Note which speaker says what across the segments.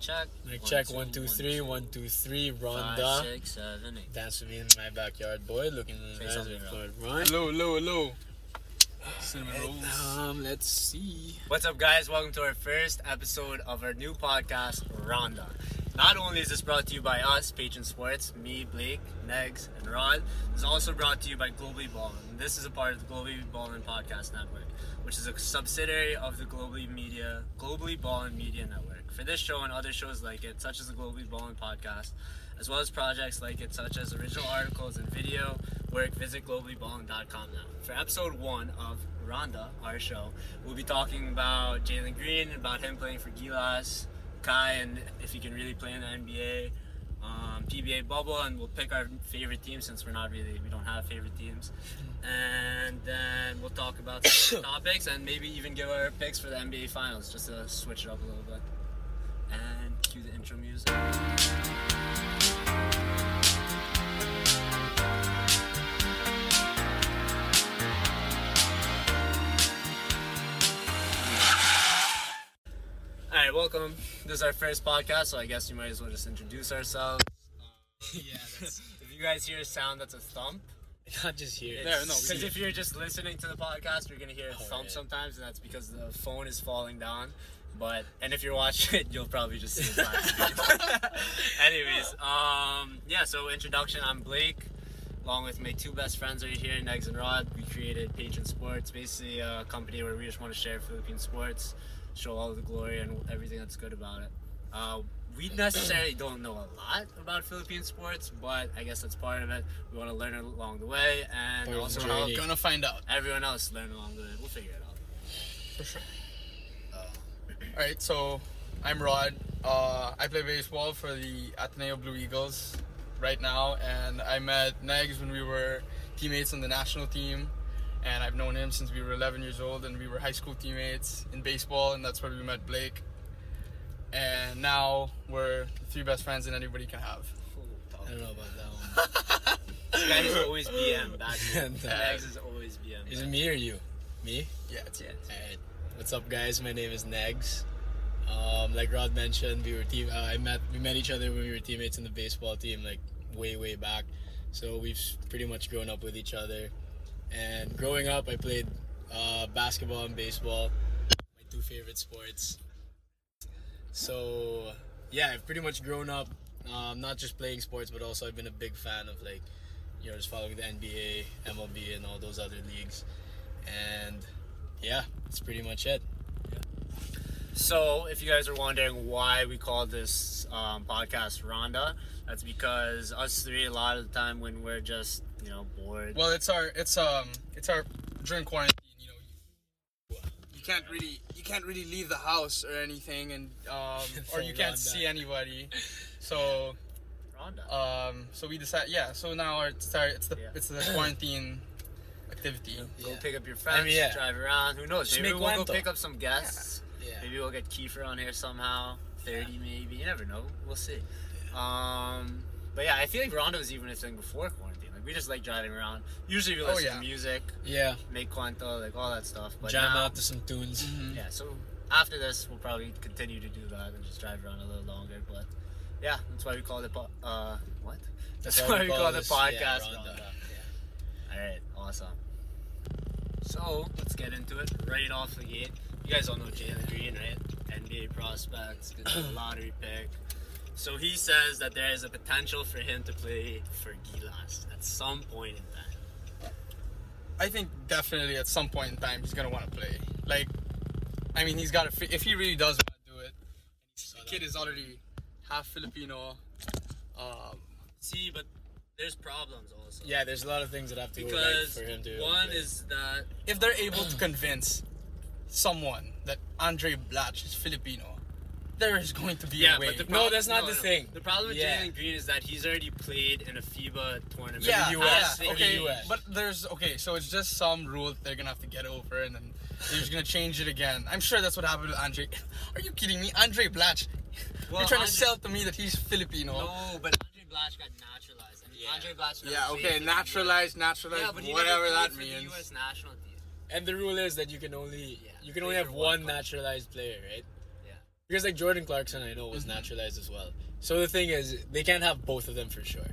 Speaker 1: check.
Speaker 2: I check one two three, one two three, Ronda.
Speaker 1: Five, six, seven, eight.
Speaker 2: Dancing in my backyard, boy. Looking in
Speaker 1: Say
Speaker 2: the eyes
Speaker 1: something, bro.
Speaker 2: and going, run.
Speaker 3: Hello, hello, hello. Cinnamon rolls.
Speaker 2: Um, let's see.
Speaker 1: What's up, guys? Welcome to our first episode of our new podcast, Ronda. Not only is this brought to you by us, Patron Sports, me, Blake, Negs, and Rod, it's also brought to you by Globally Ballin. This is a part of the Globally Ballin Podcast Network, which is a subsidiary of the Globally Media, Globally Ballin Media Network. For this show and other shows like it, such as the Globally Ballin Podcast, as well as projects like it, such as original articles and video work, visit globallyballin.com now. For episode one of Rhonda, our show, we'll be talking about Jalen Green, about him playing for Gilas, Kai, and if he can really play in the NBA, um, PBA bubble, and we'll pick our favorite team since we're not really, we don't have favorite teams. And then we'll talk about some topics and maybe even give our picks for the NBA Finals just to switch it up a little bit. And cue the intro music. All right, welcome. This is our first podcast, so I guess you might as well just introduce ourselves.
Speaker 2: yeah, that's
Speaker 1: If you guys hear a sound that's a thump,
Speaker 2: not just here.
Speaker 3: There, no, we
Speaker 1: because
Speaker 3: can-
Speaker 1: if you're just listening to the podcast, you're gonna hear a
Speaker 2: Oh,
Speaker 1: thump
Speaker 2: yeah.
Speaker 1: sometimes, and that's because the phone is falling down. But and if you're watching it, you'll probably just see the glass. Anyways, um, yeah. So introduction. I'm Blake, along with my two best friends right here, Negs and Rod. We created Patron Sports, basically a company where we just want to share Philippine sports, show all the glory and everything that's good about it. Uh, we necessarily don't know a lot about Philippine sports, but I guess that's part of it. We want to learn along the way and
Speaker 2: Part of the
Speaker 1: also
Speaker 2: journey.
Speaker 1: help
Speaker 2: Yeah.
Speaker 3: Gonna find out.
Speaker 1: everyone else learn along the way. We'll figure it out.
Speaker 3: For sure. All right, so I'm Rod. Uh, I play baseball for the Ateneo Blue Eagles right now, and I met Negs when we were teammates on the national team, and I've known him since we were 11 years old, and we were high school teammates in baseball, and that's where we met Blake. And now we're the three best friends that anybody can have.
Speaker 2: I don't know about that one.
Speaker 1: This guy is always BM back here.
Speaker 2: And, uh,
Speaker 1: Negs is always BM.
Speaker 2: Is it me or you? Me?
Speaker 3: Yeah, it's it.
Speaker 2: Alright. What's up, guys? My name is Negs. Um, like Rod mentioned, we were team. Uh, I met we met each other when we were teammates in the baseball team, like way way back. So we've s- pretty much grown up with each other. And growing up, I played uh, basketball and baseball, my two favorite sports. So yeah, I've pretty much grown up, um, not just playing sports, but also I've been a big fan of like, you know, just following the NBA, MLB, and all those other leagues. And yeah, that's pretty much it.
Speaker 1: So, if you guys are wondering why we call this um, podcast Rhonda, that's because us three, a lot of the time when we're just, you know, bored.
Speaker 3: Well, it's our it's um it's our during quarantine. You know, you- you can't really you can't really leave the house or anything, and um or you
Speaker 2: Full
Speaker 3: can't
Speaker 2: on
Speaker 3: see
Speaker 2: that.
Speaker 3: anybody. So
Speaker 1: Rhonda.
Speaker 3: um so we decide yeah. So now our, it's our it's the
Speaker 1: Yeah.
Speaker 3: it's the quarantine activity.
Speaker 1: go
Speaker 2: Yeah.
Speaker 1: pick up your friends,
Speaker 2: I mean, yeah.
Speaker 1: drive around. Who knows?
Speaker 2: Just
Speaker 1: Maybe
Speaker 2: make
Speaker 1: we'll go
Speaker 2: Wento.
Speaker 1: pick up some guests.
Speaker 2: Yeah.
Speaker 1: Maybe we'll get Kiefer on here somehow. 30 maybe. You never know. We'll see. Um, but yeah, I feel like Rondo was even a thing before quarantine. Like we just like driving around. Usually we
Speaker 3: Oh,
Speaker 1: listen
Speaker 3: yeah.
Speaker 1: to music,
Speaker 2: Yeah.
Speaker 1: make cuanto, like all that stuff. But
Speaker 2: Jam
Speaker 1: now-
Speaker 2: out to some tunes.
Speaker 3: Mm-hmm.
Speaker 1: Yeah, so after this we'll probably continue to do that and just drive around a little longer. But yeah, that's why we call it po- uh what? That's, why, we call, the
Speaker 2: this-
Speaker 1: podcast
Speaker 2: yeah,
Speaker 1: Rondo.
Speaker 2: Rondo. Yeah.
Speaker 1: Alright, awesome. So let's get into it right off the gate. You guys all know Jalen Green, right? NBA prospect, gonna be a lottery pick. So he says that there is a potential for him to play for Gilas at some point in time.
Speaker 3: I think definitely at some point in time he's gonna want to play. Like, I mean, he's got to. If he really does want to do it, the kid is already half Filipino. Um,
Speaker 1: See, but there's problems also.
Speaker 2: Yeah, there's a lot of things that have to go right
Speaker 1: Because
Speaker 2: for him to.
Speaker 1: one
Speaker 2: play.
Speaker 1: is that
Speaker 3: if they're able to convince someone that Andre Blatch is Filipino, there is going to be a way.
Speaker 2: the- No, that's not the thing.
Speaker 1: The problem with
Speaker 2: Yeah.
Speaker 1: Jalen Green is that he's already played in a FIBA tournament.
Speaker 3: yeah,
Speaker 2: the US,
Speaker 3: yeah,
Speaker 2: in the
Speaker 3: okay,
Speaker 2: US.
Speaker 3: but there's okay. So it's just some rule that they're gonna have to get over, and then they're just gonna change it again. I'm sure that's what happened with Andre. Are you kidding me? Andre Blatch,
Speaker 1: Well,
Speaker 3: you're trying
Speaker 1: Andre-
Speaker 3: to sell to me that he's Filipino.
Speaker 1: No, but Andre Blatch got naturalized. And
Speaker 2: Yeah.
Speaker 1: Andre Blatch never
Speaker 3: Oh, Yeah,
Speaker 1: played
Speaker 3: okay,
Speaker 1: for the
Speaker 3: naturalized,
Speaker 1: US.
Speaker 3: naturalized,
Speaker 1: Yeah, but he
Speaker 3: whatever
Speaker 1: never played
Speaker 3: that
Speaker 1: for
Speaker 3: means.
Speaker 1: The US national team.
Speaker 2: and the rule is that you can only
Speaker 1: Yeah,
Speaker 2: you can
Speaker 1: play
Speaker 2: only
Speaker 1: for
Speaker 2: have
Speaker 1: one
Speaker 2: one
Speaker 1: country.
Speaker 2: naturalized player, right?
Speaker 1: Yeah. Mm-hmm.
Speaker 2: Because like Jordan Clarkson, I know was
Speaker 3: Mhm.
Speaker 2: naturalized as well. So the thing is, they can't have both of them for sure,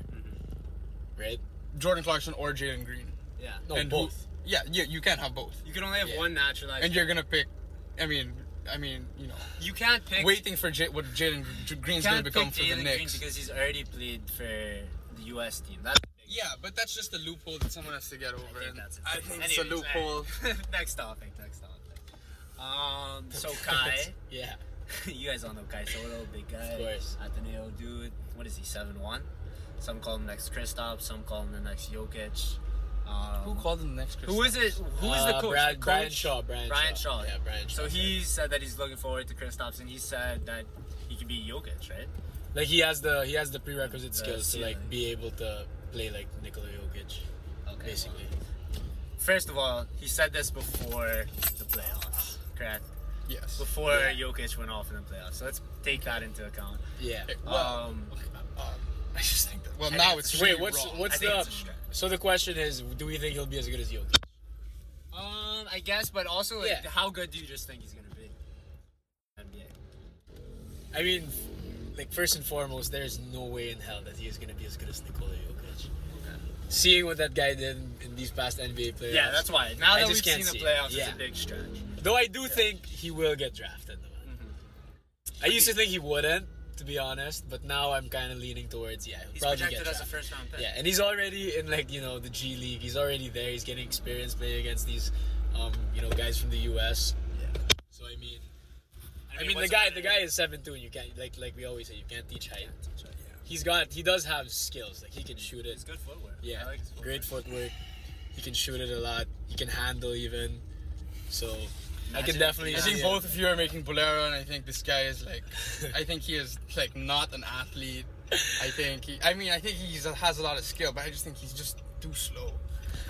Speaker 2: right?
Speaker 3: Jordan Clarkson or Jalen Green.
Speaker 1: Yeah.
Speaker 2: No,
Speaker 3: And who-
Speaker 2: both.
Speaker 3: Yeah, yeah, you can't have both.
Speaker 1: You can only have
Speaker 2: Yeah.
Speaker 1: one naturalized.
Speaker 3: And you're gonna pick. I mean, I mean, you know,
Speaker 1: You can't pick.
Speaker 3: waiting for J- what Jalen Gr-
Speaker 1: you
Speaker 3: Green's gonna
Speaker 1: can't
Speaker 3: become
Speaker 1: pick
Speaker 3: for the
Speaker 1: Jalen Green
Speaker 3: Knicks.
Speaker 1: because he's already played for the U.S. team. That's the
Speaker 3: yeah, but that's just a loophole that someone has to get over.
Speaker 1: big- I think, that's it.
Speaker 3: I think it's a
Speaker 1: Anyways,
Speaker 3: loophole.
Speaker 1: alright. next topic. Next topic. Um. So Kai,
Speaker 2: yeah.
Speaker 1: you guys all know Kai Soto, big guy.
Speaker 2: Of course.
Speaker 1: Ateneo dude. What is he? Seven one. Some call him next Kristaps. Some call him the next Jokic. Um,
Speaker 3: Who called him the next?
Speaker 1: Who is it? Who is the
Speaker 2: Uh,
Speaker 1: coach?
Speaker 2: Brad-
Speaker 1: The
Speaker 2: Brian
Speaker 1: coach?
Speaker 2: Shaw. Brian,
Speaker 1: Brian Shaw.
Speaker 2: Yeah, Brian Shaw.
Speaker 1: So he said that he's looking forward to Kristaps, and he said that he could be Jokic, right?
Speaker 2: like he has the he has the prerequisite
Speaker 1: The
Speaker 2: skills to like
Speaker 1: ceiling.
Speaker 2: be able to play like Nikola Jokic, basically.
Speaker 1: First of all, he said this before the playoffs, correct?
Speaker 3: Yes.
Speaker 1: Before
Speaker 2: Yeah.
Speaker 1: Jokic went off in the playoffs. So let's take that into account.
Speaker 2: Yeah.
Speaker 3: Okay, well,
Speaker 1: um,
Speaker 3: um, I just think that. Well,
Speaker 1: I
Speaker 3: now
Speaker 1: think
Speaker 3: it's
Speaker 1: it's-
Speaker 2: Wait,
Speaker 3: really
Speaker 2: what's
Speaker 3: wrong.
Speaker 1: I
Speaker 2: what's
Speaker 1: think
Speaker 2: the
Speaker 1: it's a stretch.
Speaker 2: so the question is, do we think he'll be as good as Jokic?
Speaker 1: Um, I guess, but also, like,
Speaker 2: Yeah.
Speaker 1: how good do you just think he's gonna be? NBA.
Speaker 2: I mean, like first and foremost, there's no way in hell that he is going to be as good as Nikola Jokic. Seeing what that guy did in these past NBA playoffs.
Speaker 1: Yeah, that's why. Now
Speaker 2: I
Speaker 1: that we've
Speaker 2: just
Speaker 1: seen
Speaker 2: can't
Speaker 1: the
Speaker 2: see it.
Speaker 1: playoffs, it's
Speaker 2: Yeah.
Speaker 1: a big stretch.
Speaker 2: Though I do think he will get drafted. Though.
Speaker 1: Mm-hmm.
Speaker 2: I used to think he wouldn't, to be honest, but now I'm kind of leaning towards yeah. He'll
Speaker 1: He's
Speaker 2: probably
Speaker 1: projected
Speaker 2: get
Speaker 1: as a
Speaker 2: drafted.
Speaker 1: first round pick.
Speaker 2: Yeah, and he's already in like you know the G League. He's already there. He's getting experience playing against these, um, you know, guys from the U.S.
Speaker 1: Yeah.
Speaker 2: So I mean, I mean the guy, the guy is seven two, and you can't like like we always say, you can't teach height. He's got he does have skills. Like he can shoot
Speaker 1: It's
Speaker 2: it.
Speaker 1: good footwork.
Speaker 2: Yeah,
Speaker 1: I like his footwork.
Speaker 2: great footwork. He can shoot it a lot. He can handle even. So I
Speaker 1: Imagine-
Speaker 2: can definitely.
Speaker 3: I
Speaker 1: Yeah.
Speaker 2: see
Speaker 3: think
Speaker 2: it.
Speaker 3: both of you are making Bolero, and I think this guy is like, I think he is like not an athlete. I think he, I mean, I think he has a lot of skill, but I just think he's just too slow,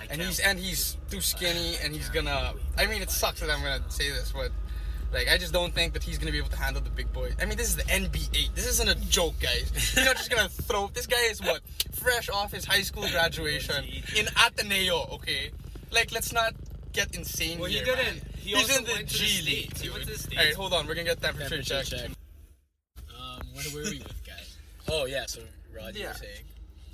Speaker 1: I
Speaker 3: and
Speaker 1: can't-
Speaker 3: he's and he's too skinny, and he's gonna. I mean, it sucks that I'm gonna say this, but like, I just don't think that he's gonna be able to handle the big boy. I mean, this is the NBA. This isn't a joke, guys. You're not just gonna throw. This guy is what fresh off his high school graduation in Ateneo. Okay, like, let's not. Get insane
Speaker 1: Well, he
Speaker 3: here,
Speaker 1: didn't.
Speaker 3: man.
Speaker 1: He
Speaker 3: He's
Speaker 1: also
Speaker 3: in the
Speaker 1: went to the
Speaker 3: G League.
Speaker 1: States. He went to the
Speaker 3: dude.
Speaker 1: States.
Speaker 3: All right, hold on. We're gonna get temperature,
Speaker 2: temperature
Speaker 3: check.
Speaker 2: check. Um, where were we with guys? Oh yeah, so Rod, you
Speaker 3: Yeah.
Speaker 2: were saying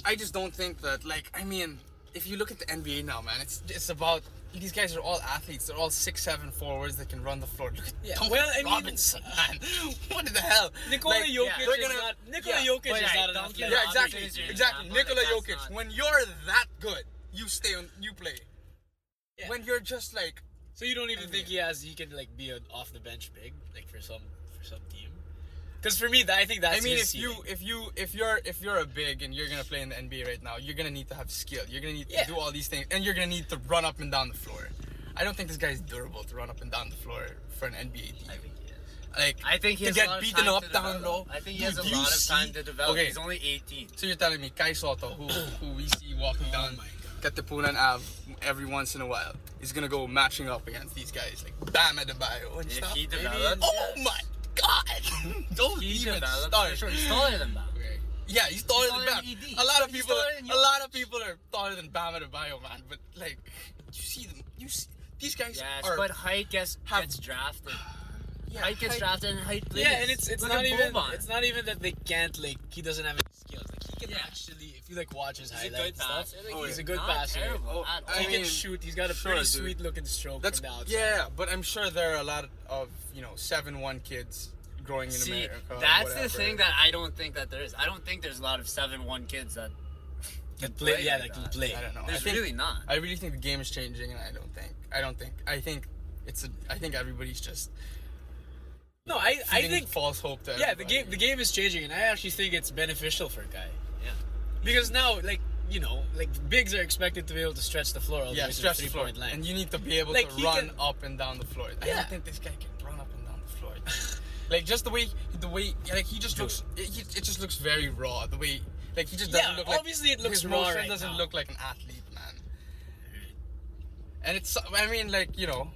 Speaker 3: I just don't think that, like, I mean, if you look at the NBA now, man, it's it's about these guys are all athletes. They're all six seven forwards that can run the floor. Look at
Speaker 2: Yeah,
Speaker 3: Duncan
Speaker 2: well, I mean-
Speaker 3: Robinson, man. What the hell?
Speaker 2: Nikola
Speaker 3: Like,
Speaker 2: Jokic
Speaker 1: yeah.
Speaker 3: we're
Speaker 2: is
Speaker 3: gonna-
Speaker 2: not Nikola
Speaker 3: yeah.
Speaker 2: Jokic
Speaker 1: But
Speaker 2: is
Speaker 1: yeah,
Speaker 2: not an
Speaker 1: don't
Speaker 2: athlete.
Speaker 1: get-
Speaker 3: Yeah, exactly,
Speaker 1: Obviously,
Speaker 3: exactly.
Speaker 1: yeah, but, like,
Speaker 3: Nikola
Speaker 1: that's
Speaker 3: Jokic.
Speaker 1: not-
Speaker 3: When you're that good, you stay on. You play.
Speaker 2: Yeah.
Speaker 3: When you're just like,
Speaker 2: So you don't even
Speaker 3: I
Speaker 2: think
Speaker 3: mean-
Speaker 2: he has he can like be an off the bench big like for some for some team? Because for me, that, I think that's.
Speaker 3: I mean,
Speaker 2: his
Speaker 3: if you
Speaker 2: ceiling.
Speaker 3: if you if you're if you're a big and you're gonna play in the NBA right now, you're gonna need to have skill. You're gonna need
Speaker 2: Yeah.
Speaker 3: to do all these things, and you're gonna need to run up and down the floor. I don't think this guy's durable to run up and down the floor for an NBA team.
Speaker 1: I think he is.
Speaker 3: Like
Speaker 1: I think he
Speaker 3: to
Speaker 1: has a
Speaker 3: get
Speaker 1: lot of
Speaker 3: beaten
Speaker 1: time
Speaker 3: up
Speaker 1: to
Speaker 3: down
Speaker 1: develop.
Speaker 3: low.
Speaker 1: I think he
Speaker 3: Dude,
Speaker 1: has a
Speaker 3: do you
Speaker 1: lot of time
Speaker 3: see-
Speaker 1: to develop.
Speaker 3: Okay,
Speaker 1: He's only 18.
Speaker 3: so you're telling me Kai Soto, who who we see walking
Speaker 1: Oh
Speaker 3: down Katipunan Ave every once in a while, is gonna go matching up against these guys like Bam Adebayo and
Speaker 1: If
Speaker 3: stuff.
Speaker 1: he
Speaker 3: baby.
Speaker 1: develops,
Speaker 3: oh
Speaker 1: yeah.
Speaker 3: my God! don't
Speaker 1: He
Speaker 3: even
Speaker 1: develops.
Speaker 3: start.
Speaker 1: for Sure, he's taller than that.
Speaker 3: Okay. Yeah, he's taller than
Speaker 1: taller
Speaker 3: Bam.
Speaker 1: than ED.
Speaker 3: A lot of
Speaker 1: He's
Speaker 3: people,
Speaker 1: taller than
Speaker 3: a lot of people are taller than Bam at a bio man. But like, you see them, you see these guys
Speaker 1: Yes,
Speaker 3: are.
Speaker 1: but height gets,
Speaker 3: have-
Speaker 1: gets drafted.
Speaker 3: yeah,
Speaker 1: height gets
Speaker 3: height-
Speaker 1: drafted and height plays.
Speaker 2: yeah, and it's it's
Speaker 1: Look
Speaker 2: not
Speaker 1: at
Speaker 2: even
Speaker 1: Boban.
Speaker 2: it's not even that they can't like he doesn't have any skills. Like he can
Speaker 1: Yeah.
Speaker 2: actually if you like watch his
Speaker 1: He's a
Speaker 2: highlights
Speaker 1: good
Speaker 2: and stuff,
Speaker 1: passer. Like,
Speaker 3: Oh,
Speaker 2: he's
Speaker 3: yeah.
Speaker 2: a good
Speaker 1: not
Speaker 2: passer.
Speaker 1: terrible
Speaker 3: Oh,
Speaker 1: at all.
Speaker 3: I
Speaker 2: he
Speaker 3: mean,
Speaker 2: can shoot. He's got a
Speaker 3: sure,
Speaker 2: pretty
Speaker 3: dude.
Speaker 2: sweet looking stroke
Speaker 3: That's
Speaker 2: from the outside.
Speaker 3: yeah, but I'm sure there are a lot of you know seven one kids growing in
Speaker 1: See,
Speaker 3: America.
Speaker 1: that's
Speaker 3: whatever.
Speaker 1: the thing that I don't think that there is. I don't think there's a lot of seven-one kids that
Speaker 2: Can play, yeah, like
Speaker 1: like
Speaker 2: can
Speaker 1: that.
Speaker 2: play.
Speaker 3: I don't know. I
Speaker 1: there's
Speaker 3: think,
Speaker 1: really not.
Speaker 3: I really think the game is changing, and I don't think. I don't think. I think it's. A, I think everybody's just.
Speaker 2: No, I, I
Speaker 3: feeding
Speaker 2: think
Speaker 3: false hope to.
Speaker 2: yeah, the
Speaker 3: everybody.
Speaker 2: game the game is changing, and I actually think it's beneficial for Guy
Speaker 1: yeah.
Speaker 2: because now like you know like bigs are expected to be able to stretch the floor all the
Speaker 3: Yeah,
Speaker 2: way to the
Speaker 3: stretch the
Speaker 2: three
Speaker 3: floor,
Speaker 2: point line.
Speaker 3: and you need to be able
Speaker 2: Like,
Speaker 3: to
Speaker 2: he
Speaker 3: run
Speaker 2: can-
Speaker 3: up and down the floor. I
Speaker 2: Yeah.
Speaker 3: don't think this guy can run up and down the floor. like just the way, the way, like he just looks. It, he- it just looks very raw. The way, like he just doesn't
Speaker 2: Yeah,
Speaker 3: look. Like,
Speaker 2: obviously it looks
Speaker 3: his
Speaker 2: raw
Speaker 3: motion
Speaker 2: right
Speaker 3: doesn't
Speaker 2: now.
Speaker 3: look like an athlete, man. And it's. I mean, like you know,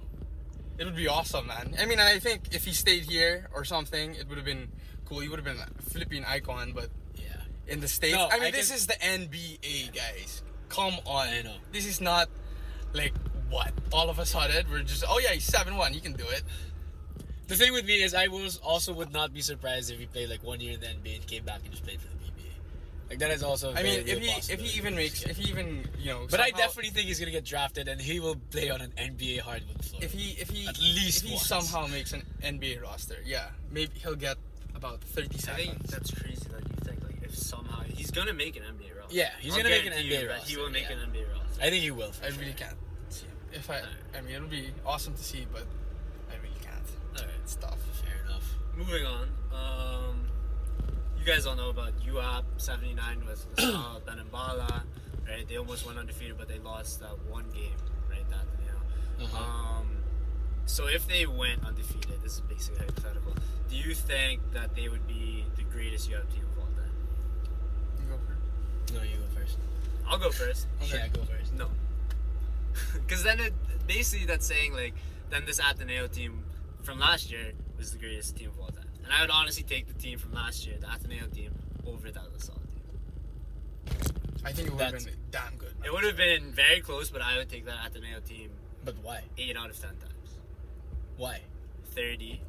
Speaker 3: it would be awesome, man. I mean, I think if he stayed here or something, it would have been cool. He would have been a flipping icon, but
Speaker 2: yeah.
Speaker 3: in the states.
Speaker 2: No,
Speaker 3: I mean,
Speaker 2: I
Speaker 3: this
Speaker 2: can-
Speaker 3: is the NBA, guys. Come on,
Speaker 2: I know.
Speaker 3: This is not like what all of a sudden we're just. Oh yeah, he's seven one. He can do it.
Speaker 2: the thing with me is, I was also would not be surprised if he played like one year in the NBA and came back and just played for the PBA. Like that is also. a
Speaker 3: I
Speaker 2: very
Speaker 3: mean, if
Speaker 2: real
Speaker 3: he if
Speaker 2: possibility.
Speaker 3: he even makes if he even you know.
Speaker 2: But I
Speaker 3: somehow-
Speaker 2: definitely think he's gonna get drafted, and he will play on an NBA hardwood floor.
Speaker 3: if he if he
Speaker 2: At least
Speaker 3: if he
Speaker 2: once.
Speaker 3: somehow makes an NBA roster, yeah, maybe he'll get about thirty
Speaker 1: I
Speaker 3: seconds.
Speaker 1: think that's crazy that you think like if somehow he's gonna make an NBA roster.
Speaker 2: Yeah, he's
Speaker 1: I'll
Speaker 2: gonna make an
Speaker 1: guarantee you
Speaker 2: NBA
Speaker 1: that He will
Speaker 2: roster,
Speaker 1: make
Speaker 2: yeah.
Speaker 1: an NBA roster.
Speaker 2: I think he will. for
Speaker 3: I
Speaker 2: sure.
Speaker 3: really can't. see him. If I I mean, it'll be awesome to see, but I really can't.
Speaker 1: All right.
Speaker 3: It's tough.
Speaker 2: Fair enough.
Speaker 1: Moving on. Um, you guys all know about UAP 79 with Lasal, Benambala, right? They almost went undefeated, but they lost that one game, right? That, you know.
Speaker 2: Uh-huh.
Speaker 1: Um, so if they went undefeated, this is basically hypothetical. Do you think that they would be the greatest UAP team of all time?
Speaker 3: You go for it.
Speaker 2: No, you go first.
Speaker 1: I'll go first.
Speaker 3: Okay.
Speaker 2: Yeah, go first.
Speaker 1: No. Because then it basically that's saying like then this Ateneo team from last year was the greatest team of all time, and I would honestly take the team from last year, the Ateneo team, over that LaSalle team.
Speaker 3: I think it would have
Speaker 2: That's-
Speaker 3: been damn good.
Speaker 1: It would have been very close, but I would take that Ateneo team
Speaker 2: But why?
Speaker 1: eight out of ten times.
Speaker 2: Why?
Speaker 1: Thirty,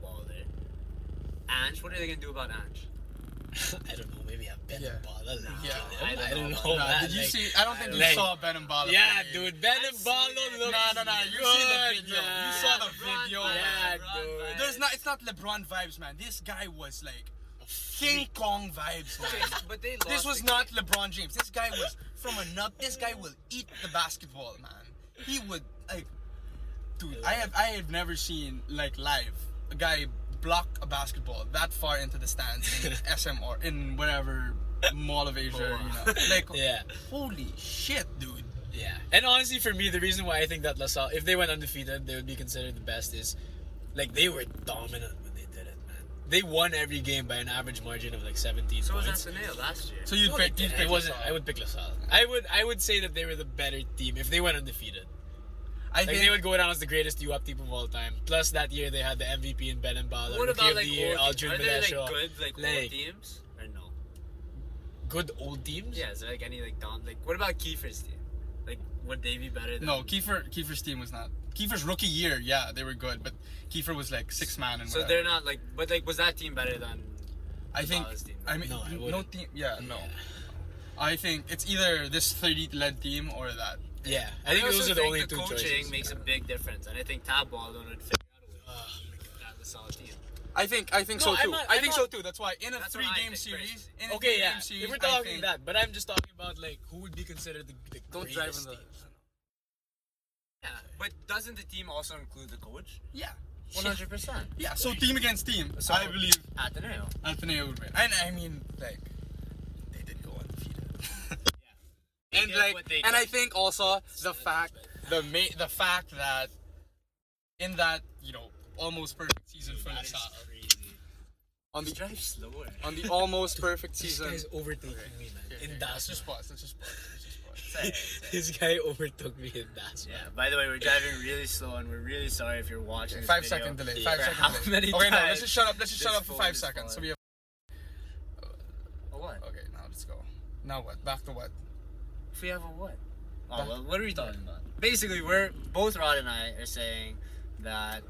Speaker 1: Waller, Ange. What are they gonna do about Ange?
Speaker 2: I don't know. Maybe a better
Speaker 3: Yeah.
Speaker 2: ball. That'll
Speaker 3: Yeah,
Speaker 2: kill
Speaker 1: I
Speaker 2: him.
Speaker 1: don't
Speaker 2: I don't
Speaker 1: know.
Speaker 2: know.
Speaker 3: Nah,
Speaker 2: man.
Speaker 3: did you
Speaker 2: Like,
Speaker 3: see? I don't think you
Speaker 2: like-
Speaker 3: saw Ben and Bala.
Speaker 2: Yeah, dude. Ben
Speaker 1: I've
Speaker 2: and
Speaker 1: seen it.
Speaker 2: Ballo.
Speaker 3: No, no, no. You see the video.
Speaker 1: Uh,
Speaker 3: You saw the
Speaker 1: LeBron
Speaker 3: video.
Speaker 1: vibes,
Speaker 2: Yeah,
Speaker 1: LeBron
Speaker 2: dude.
Speaker 1: vibes.
Speaker 3: There's not. It's not LeBron vibes, man. This guy was like King Kong vibes, man.
Speaker 1: Okay, but they lost
Speaker 3: This was
Speaker 1: the
Speaker 3: not
Speaker 1: game.
Speaker 3: LeBron James. This guy was from a nut. This guy will eat the basketball, man. He would like, dude. I have I have never seen like live a guy block a basketball that far into the stands in SM or in whatever mall of Asia. You know, like
Speaker 2: Yeah.
Speaker 3: holy shit, dude.
Speaker 2: Yeah. And honestly, for me, the reason why I think that LaSalle, if they went undefeated, they would be considered the best is like they were dominant when they did it, man. They won every game by an average margin of like 17
Speaker 1: So was
Speaker 2: points.
Speaker 1: Ateneo last year.
Speaker 3: So you'd
Speaker 2: No, they
Speaker 3: pick. You'd
Speaker 2: didn't.
Speaker 3: pick
Speaker 2: I wasn't.
Speaker 3: LaSalle.
Speaker 2: I would pick LaSalle. I would. I would say that they were the better team if they went undefeated.
Speaker 3: I
Speaker 2: Like
Speaker 3: think
Speaker 2: they would go down as the greatest UAP team of all time. Plus that year they had the MVP in Ben and Bala,
Speaker 1: what
Speaker 2: Rookie
Speaker 1: about
Speaker 2: of
Speaker 1: like
Speaker 2: the Year,
Speaker 1: old,
Speaker 2: Aldrin
Speaker 1: are there like
Speaker 2: Badeshaw.
Speaker 1: good like, old
Speaker 2: Like-
Speaker 1: teams or no?
Speaker 2: Good old teams.
Speaker 1: Yeah, is there like any like Don like what about Kiefer's team? Like would they be better than
Speaker 3: No, Kiefer Kiefer's team was not. Kiefer's rookie year, yeah, they were good, but Kiefer was like six man and
Speaker 1: So
Speaker 3: whatever.
Speaker 1: they're not like but like was that team better than
Speaker 3: I think
Speaker 1: Dallas team,
Speaker 3: I
Speaker 1: right?
Speaker 3: mean
Speaker 2: No, I
Speaker 3: no,
Speaker 2: wouldn't.
Speaker 3: team. Yeah, no.
Speaker 2: Yeah.
Speaker 3: I think it's either this 30 led team or that.
Speaker 2: Yeah. I think
Speaker 1: also
Speaker 2: those are the
Speaker 1: think
Speaker 2: only two
Speaker 1: coaching
Speaker 2: choices.
Speaker 1: makes a big difference and I think Tab Baldwin would figure out a way
Speaker 2: Ah,
Speaker 1: to make that LaSalle team.
Speaker 3: I think I think
Speaker 2: No,
Speaker 3: so
Speaker 2: I'm
Speaker 3: too.
Speaker 2: not-
Speaker 3: I
Speaker 2: I'm
Speaker 3: think
Speaker 2: not-
Speaker 3: so too. That's why in a
Speaker 1: That's what
Speaker 3: three
Speaker 1: I
Speaker 3: game
Speaker 1: think,
Speaker 3: series,
Speaker 1: personally.
Speaker 3: in a
Speaker 2: Okay,
Speaker 3: three
Speaker 2: yeah.
Speaker 3: game series,
Speaker 2: If we're
Speaker 3: I
Speaker 2: talking
Speaker 3: think-
Speaker 2: that, but I'm just talking about like who would be considered the, the
Speaker 3: don't drive
Speaker 2: greatest
Speaker 3: on the.
Speaker 2: team.
Speaker 1: Yeah. But doesn't the team also include the coach?
Speaker 3: Yeah,
Speaker 1: One hundred percent.
Speaker 3: yeah. So team against team, I believe
Speaker 1: Ateneo.
Speaker 3: Ateneo would win. And I mean, like, they did go undefeated. and
Speaker 1: did
Speaker 3: like
Speaker 1: what they did.
Speaker 3: and I think also the fact the ma- the fact that in that you know almost perfect season for
Speaker 2: That is
Speaker 3: LaSalle
Speaker 2: crazy.
Speaker 3: on
Speaker 1: Just
Speaker 3: the
Speaker 1: drive slower.
Speaker 3: on the almost perfect
Speaker 2: This
Speaker 3: season.
Speaker 2: guy's overtaking me, man.
Speaker 3: Here,
Speaker 2: In
Speaker 3: here, Let's
Speaker 2: Dasma.
Speaker 3: just pause. Let's just pause. Let's just pause.
Speaker 2: this guy overtook me in Dasma.
Speaker 1: Yeah. By the way, we're driving really slow and we're really sorry if you're watching. this
Speaker 3: Five
Speaker 1: video
Speaker 3: second delay.
Speaker 2: Yeah.
Speaker 3: Five
Speaker 1: for
Speaker 3: second
Speaker 1: how
Speaker 3: delay.
Speaker 1: many
Speaker 3: okay, no.
Speaker 1: times
Speaker 3: Let's just shut up. Let's just
Speaker 1: this
Speaker 3: shut up for
Speaker 1: phone
Speaker 3: five
Speaker 1: is
Speaker 3: seconds. So
Speaker 1: falling.
Speaker 3: we have.
Speaker 1: A what?
Speaker 3: Okay, now let's go. Now what? Back to what?
Speaker 1: If we have a what? Oh, well, what are we talking about? Basically, we're both Rod and I are saying that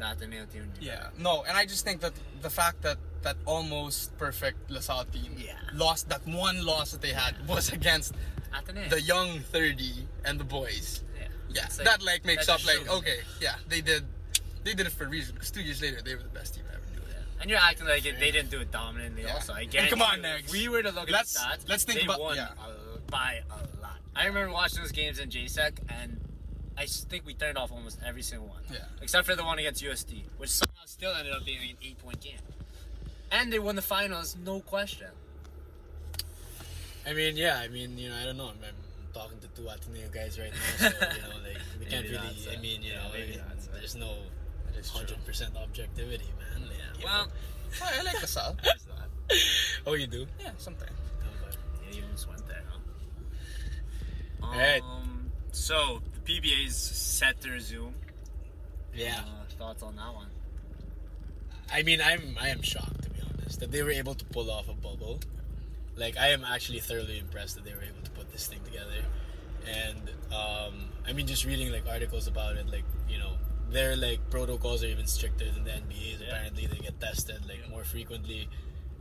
Speaker 1: that the nail team.
Speaker 3: Yeah. No, and I just think that the fact that that almost perfect LaSalle team
Speaker 1: Yeah.
Speaker 3: lost that one loss that they had was against
Speaker 1: At the nail.
Speaker 3: the young 30 and the boys.
Speaker 1: yeah.
Speaker 3: Yeah,
Speaker 1: It's like-
Speaker 3: that like makes
Speaker 1: that
Speaker 3: up
Speaker 1: just
Speaker 3: like
Speaker 1: shows.
Speaker 3: okay, yeah, they did, they did it for a reason. Because two years later, they were the best team ever. do it.
Speaker 1: And you're acting like it, they didn't do it dominantly.
Speaker 3: Yeah.
Speaker 1: Also, I
Speaker 3: And
Speaker 1: guarantee.
Speaker 3: come on,
Speaker 1: you,
Speaker 3: Negs.
Speaker 1: We were to look
Speaker 3: Let's-
Speaker 1: at the stats.
Speaker 3: let's think
Speaker 1: they
Speaker 3: about-
Speaker 1: won
Speaker 3: yeah.
Speaker 1: a- by a lot. I remember watching those games in JSEC, and I s- think we turned off almost every single one.
Speaker 3: Yeah.
Speaker 1: Except for the one against USD, which somehow still ended up being an eight-point game. And they won the finals, no question.
Speaker 2: I mean, yeah. I mean, you know, I don't know. I'm, I'm talking to two Ateneo guys right now, so you know, like we can't
Speaker 1: Maybe
Speaker 2: really.
Speaker 1: that's
Speaker 2: I
Speaker 1: it.
Speaker 2: mean, you
Speaker 1: Yeah,
Speaker 2: know, I
Speaker 1: maybe
Speaker 2: mean,
Speaker 1: that's it.
Speaker 2: there's no
Speaker 3: is true.
Speaker 2: 100 percent objectivity, man. Like, you
Speaker 1: Well,
Speaker 2: know.
Speaker 3: Oh, I like LaSalle.
Speaker 1: there's not.
Speaker 2: oh, you do.
Speaker 3: yeah, sometimes.
Speaker 2: Oh, but-
Speaker 1: Yeah, you almost went there, huh?
Speaker 2: Alright.
Speaker 1: Um, so the PBA is set to resume.
Speaker 2: Yeah.
Speaker 1: Uh, thoughts on that one?
Speaker 2: I mean, I'm I am shocked to be honest that they were able to pull off a bubble. Like I am actually thoroughly impressed that they were able to put this thing together. And um, I mean, just reading like articles about it, like you know, their like protocols are even stricter than the NBA's.
Speaker 1: Yeah.
Speaker 2: Apparently, they get tested like
Speaker 1: Yeah.
Speaker 2: more frequently,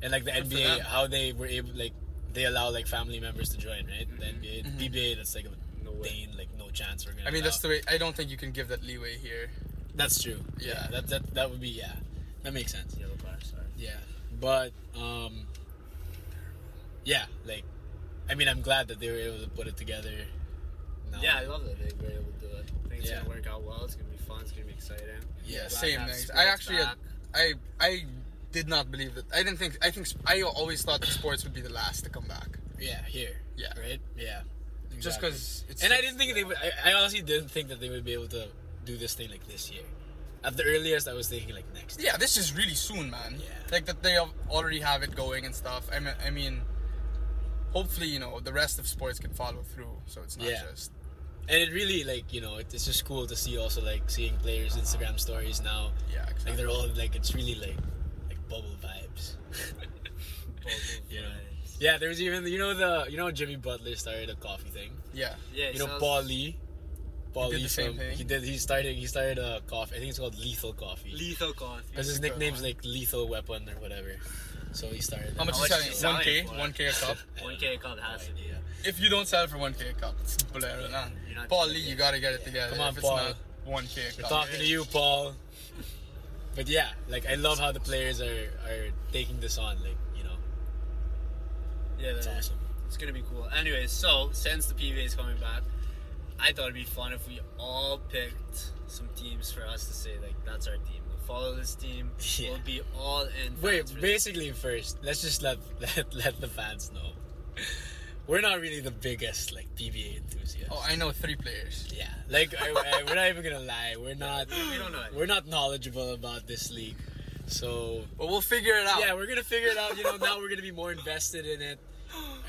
Speaker 2: and like the
Speaker 3: Good for
Speaker 2: NBA,
Speaker 3: them.
Speaker 2: how they were able like they allow like family members to join, right? The NBA,
Speaker 3: Mhm.
Speaker 2: PBA, that's like a
Speaker 1: Mm-hmm. No way.
Speaker 2: pain, like no chance we're gonna.
Speaker 3: I mean, that's
Speaker 2: allow-
Speaker 3: the way. I don't think you can give that leeway here.
Speaker 2: that's true. Yeah,
Speaker 3: Yeah.
Speaker 2: that that that would be yeah, that makes sense.
Speaker 1: Yellow card, sorry.
Speaker 2: Yeah, but um, yeah, like, I mean, I'm glad that they were able to put it together. Now.
Speaker 1: Yeah, I love that they were able to do it. I think it's
Speaker 2: Yeah.
Speaker 1: gonna work out well. It's gonna be fun. It's gonna be exciting.
Speaker 3: Yeah,
Speaker 1: Glad to
Speaker 3: same.
Speaker 1: have
Speaker 3: Next. I
Speaker 1: sports
Speaker 3: actually,
Speaker 1: back.
Speaker 3: I, I did not believe that. I didn't think. I think sp- I always thought that sports would be the last to come back.
Speaker 2: yeah, here,
Speaker 3: Yeah.
Speaker 2: right, yeah,
Speaker 3: Just
Speaker 2: Exactly.
Speaker 3: because.
Speaker 2: And I didn't think they would. I, I honestly didn't think that they would be able to do this thing like this year. At the earliest, I was thinking like next. year.
Speaker 3: Yeah, this is really soon, man.
Speaker 2: Yeah.
Speaker 3: Like that they al- already have it going and stuff. I mean, I mean, hopefully you know the rest of sports can follow through, so it's not
Speaker 2: Yeah.
Speaker 3: just.
Speaker 2: And it really like you know it, it's just cool to see also like seeing players' Instagram stories now.
Speaker 3: Yeah,
Speaker 2: Like
Speaker 3: exactly.
Speaker 2: they're all like it's really like like bubble vibes. you know. Yeah, there's even you know the you know Jimmy Butler started a coffee thing.
Speaker 3: yeah.
Speaker 1: Yeah,
Speaker 2: you
Speaker 1: it
Speaker 2: know
Speaker 1: sounds-
Speaker 2: Paul Lee. Paul
Speaker 3: did
Speaker 2: Lee
Speaker 3: the same
Speaker 2: from-
Speaker 3: thing.
Speaker 2: he did he started he started a coffee. I think it's called Lethal Coffee.
Speaker 1: Lethal coffee.
Speaker 2: because his
Speaker 3: Lethal
Speaker 2: nickname's
Speaker 3: Coffee.
Speaker 2: like Lethal Weapon or whatever. So he started.
Speaker 3: How much
Speaker 1: How
Speaker 3: is
Speaker 1: much is
Speaker 3: selling?
Speaker 1: he selling
Speaker 3: One k,
Speaker 1: for?
Speaker 3: one k a cup.
Speaker 1: One K cup has to be.
Speaker 3: If you don't sell it for one k a cup, it's bolero nah.
Speaker 1: You're not
Speaker 3: Paul
Speaker 1: gonna
Speaker 3: Lee,
Speaker 1: get
Speaker 3: you
Speaker 1: it.
Speaker 3: gotta get it together.
Speaker 2: Come on,
Speaker 3: if
Speaker 2: Paul.
Speaker 3: It's not one k a
Speaker 2: We're
Speaker 3: cup.
Speaker 2: talking to you, Paul. But yeah, like I love how the players are are taking this on. Like you know,
Speaker 1: Yeah,
Speaker 2: it's
Speaker 1: that-
Speaker 2: awesome.
Speaker 1: It's gonna be cool. Anyways, so since the PBA is coming back, I thought it'd be fun if we all picked some teams for us to say like that's our team. We'll follow this team.
Speaker 2: Yeah.
Speaker 1: We'll be all in.
Speaker 2: Wait,
Speaker 1: fans for this.
Speaker 2: basically first, let's just let let, let the fans know. We're not really the biggest like PBA enthusiasts.
Speaker 3: Oh, I know three players.
Speaker 2: yeah, like I, I- we're not even gonna lie. We're not.
Speaker 1: We don't know it.
Speaker 2: We're not knowledgeable about this league. So
Speaker 3: But we'll figure it out.
Speaker 2: yeah, we're gonna figure it out. You know, now we're gonna be more invested in it.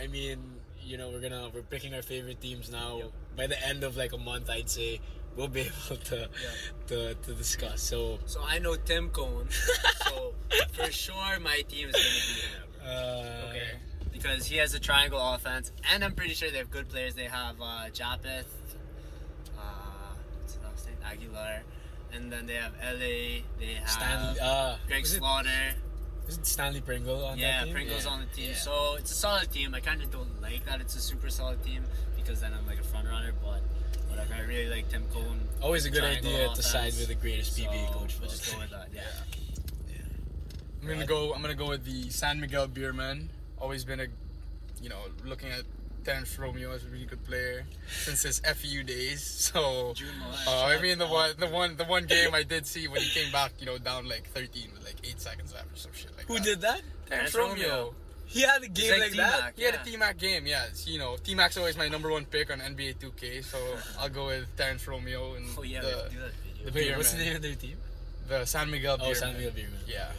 Speaker 2: I mean, you know, we're gonna we're picking our favorite teams now.
Speaker 1: Yep.
Speaker 2: By the end of like a month, I'd say we'll be able to to, to discuss. So
Speaker 1: So I know Tim Cohn. so for sure, my team is gonna be him.
Speaker 2: uh,
Speaker 1: Okay. Because he has a triangle offense, and I'm pretty sure they have good players. They have uh, Japeth, uh, what's his last name? Aguilar, and then they have LA. They have
Speaker 2: Stanley, uh,
Speaker 1: Greg
Speaker 2: is, it,
Speaker 1: Slaughter.
Speaker 2: is it Stanley Pringle on that
Speaker 1: Yeah,
Speaker 2: team?
Speaker 1: Pringle's on the team.
Speaker 2: Yeah.
Speaker 1: So it's a solid team. I kind of don't like that it's a super solid team because then I'm like a front runner, but whatever. I really like Tim Cohn.
Speaker 2: Always a good
Speaker 1: Triangle
Speaker 2: idea to
Speaker 1: offense.
Speaker 2: side with the greatest
Speaker 1: So
Speaker 2: PBA coach.
Speaker 1: we'll
Speaker 2: but-
Speaker 1: just go with that. Yeah.
Speaker 3: I'm gonna
Speaker 2: Right.
Speaker 3: go. I'm gonna go with the San Miguel Beerman. Always been a, you know, looking at Terence Romeo as a really good player since his FEU days. So,
Speaker 1: June
Speaker 3: uh, I mean the one, the one, the one game I did see when he came back, you know, down like 13 with like eight seconds left or some shit like
Speaker 2: Who
Speaker 3: that.
Speaker 2: did that?
Speaker 3: Terrence
Speaker 1: Terrence
Speaker 3: Romeo.
Speaker 1: Romeo.
Speaker 2: He had a game
Speaker 1: like
Speaker 2: like
Speaker 1: T-Mac.
Speaker 2: that.
Speaker 3: He had a
Speaker 1: Yeah.
Speaker 3: T-Mac game, yeah. It's, you know, T-Mac's always my number one pick on NBA 2K, so I'll go with Terrence Romeo and
Speaker 1: Oh yeah, we have
Speaker 3: the,
Speaker 1: to do that video.
Speaker 3: the-
Speaker 2: Wait, what's the
Speaker 3: Beerman.
Speaker 2: name of their team?
Speaker 3: the San Miguel
Speaker 2: Oh,
Speaker 3: Beerman.
Speaker 2: San Miguel Beerman.
Speaker 3: Yeah.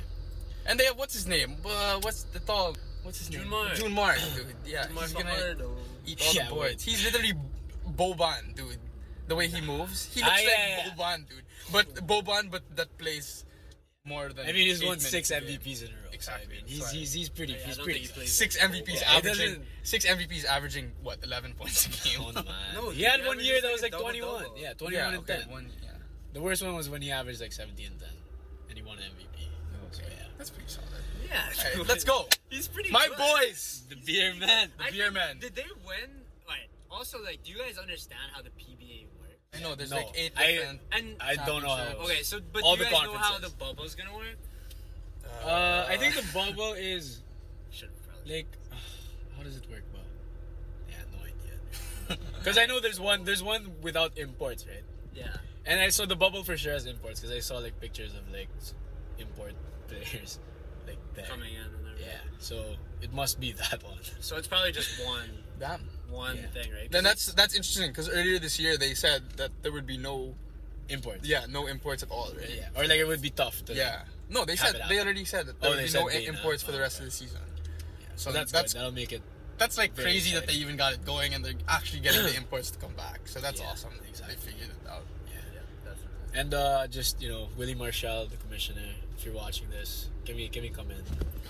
Speaker 3: And they have what's his name? Uh, what's the tall? What's his
Speaker 1: June
Speaker 3: name?
Speaker 1: Mark.
Speaker 3: June Mark, dude. Yeah,
Speaker 1: Mark
Speaker 3: he's gonna
Speaker 1: Lombardo.
Speaker 3: eat all
Speaker 2: Yeah,
Speaker 3: the boards.
Speaker 2: wait.
Speaker 3: He's literally Boban, dude. The way he moves, he looks
Speaker 2: Ah,
Speaker 3: like
Speaker 2: yeah, yeah.
Speaker 3: Boban, dude. But Boban, but that plays more than.
Speaker 2: I mean, he's
Speaker 3: eight
Speaker 2: won
Speaker 3: minutes
Speaker 2: six
Speaker 3: a game.
Speaker 2: MVPs in a row.
Speaker 3: Exactly,
Speaker 2: I mean,
Speaker 3: that's
Speaker 2: he's,
Speaker 3: right.
Speaker 2: he's he's pretty.
Speaker 1: Yeah, I
Speaker 2: he's
Speaker 1: don't
Speaker 2: pretty.
Speaker 1: think he plays
Speaker 3: Six MVPs
Speaker 2: Yeah, it
Speaker 3: averaging
Speaker 2: doesn't-
Speaker 3: six MVPs averaging what eleven points a game.
Speaker 2: Come on, man.
Speaker 1: No,
Speaker 2: he had
Speaker 1: he
Speaker 2: one year
Speaker 1: averages
Speaker 2: that
Speaker 1: like
Speaker 2: was
Speaker 1: a
Speaker 2: like
Speaker 1: double
Speaker 2: 21.
Speaker 1: double.
Speaker 2: Yeah, 21
Speaker 3: yeah,
Speaker 2: and
Speaker 3: okay,
Speaker 2: 10.
Speaker 3: one, yeah.
Speaker 2: The worst one was when he averaged like 17 and 10, and he won MVP. So,
Speaker 3: Okay.
Speaker 2: yeah.
Speaker 3: That's pretty solid.
Speaker 1: Yeah.
Speaker 3: All right, let's go.
Speaker 1: He's pretty.
Speaker 3: My
Speaker 1: good.
Speaker 3: boys.
Speaker 2: The beer man.
Speaker 1: I
Speaker 3: beer
Speaker 1: think-
Speaker 3: man.
Speaker 1: Did they win? Like, also, like, do you guys understand how the PBA works?
Speaker 3: I know there's
Speaker 2: No,
Speaker 3: like eight
Speaker 2: I-
Speaker 3: different.
Speaker 1: And
Speaker 2: I don't know how. it was.
Speaker 1: okay, so but
Speaker 2: All
Speaker 1: do
Speaker 2: the
Speaker 1: you guys know how the
Speaker 2: conferences.
Speaker 1: bubble's gonna work?
Speaker 2: Uh, I think the bubble is
Speaker 1: Should probably.
Speaker 2: like, how does it work, bro? Yeah, no idea. Because I know there's one. There's one without imports, right?
Speaker 1: Yeah.
Speaker 2: And I saw the bubble for sure has imports because I saw like pictures of like s- import players, like there.
Speaker 1: Coming in and everything.
Speaker 2: Yeah. So it must be that one.
Speaker 1: So it's probably just one
Speaker 3: Damn.
Speaker 1: one
Speaker 2: Yeah.
Speaker 1: thing, right?
Speaker 3: Then that's that's interesting because earlier this year they said that there would be no
Speaker 2: Imports.
Speaker 3: yeah no imports at all right
Speaker 2: Yeah. Or like it would be tough. To,
Speaker 3: yeah, no they
Speaker 2: Cap
Speaker 3: said
Speaker 2: it out.
Speaker 3: they already said that
Speaker 2: Oh, they
Speaker 3: there would be
Speaker 2: said
Speaker 3: no
Speaker 2: they-
Speaker 3: imports
Speaker 2: no,
Speaker 3: for the
Speaker 2: oh,
Speaker 3: rest
Speaker 2: okay.
Speaker 3: of the season
Speaker 2: So
Speaker 3: so
Speaker 2: that's
Speaker 3: that's-
Speaker 2: good. That'll make it
Speaker 3: that's like
Speaker 2: Very
Speaker 3: crazy that
Speaker 2: exciting.
Speaker 3: they even got it going and they're actually getting the imports to come back so that's
Speaker 2: Yeah,
Speaker 3: awesome
Speaker 2: exactly.
Speaker 3: they figured it out
Speaker 1: Yeah, definitely.
Speaker 2: And uh, just you know, Willie Marshall, the commissioner. If you're watching this, give me give me comment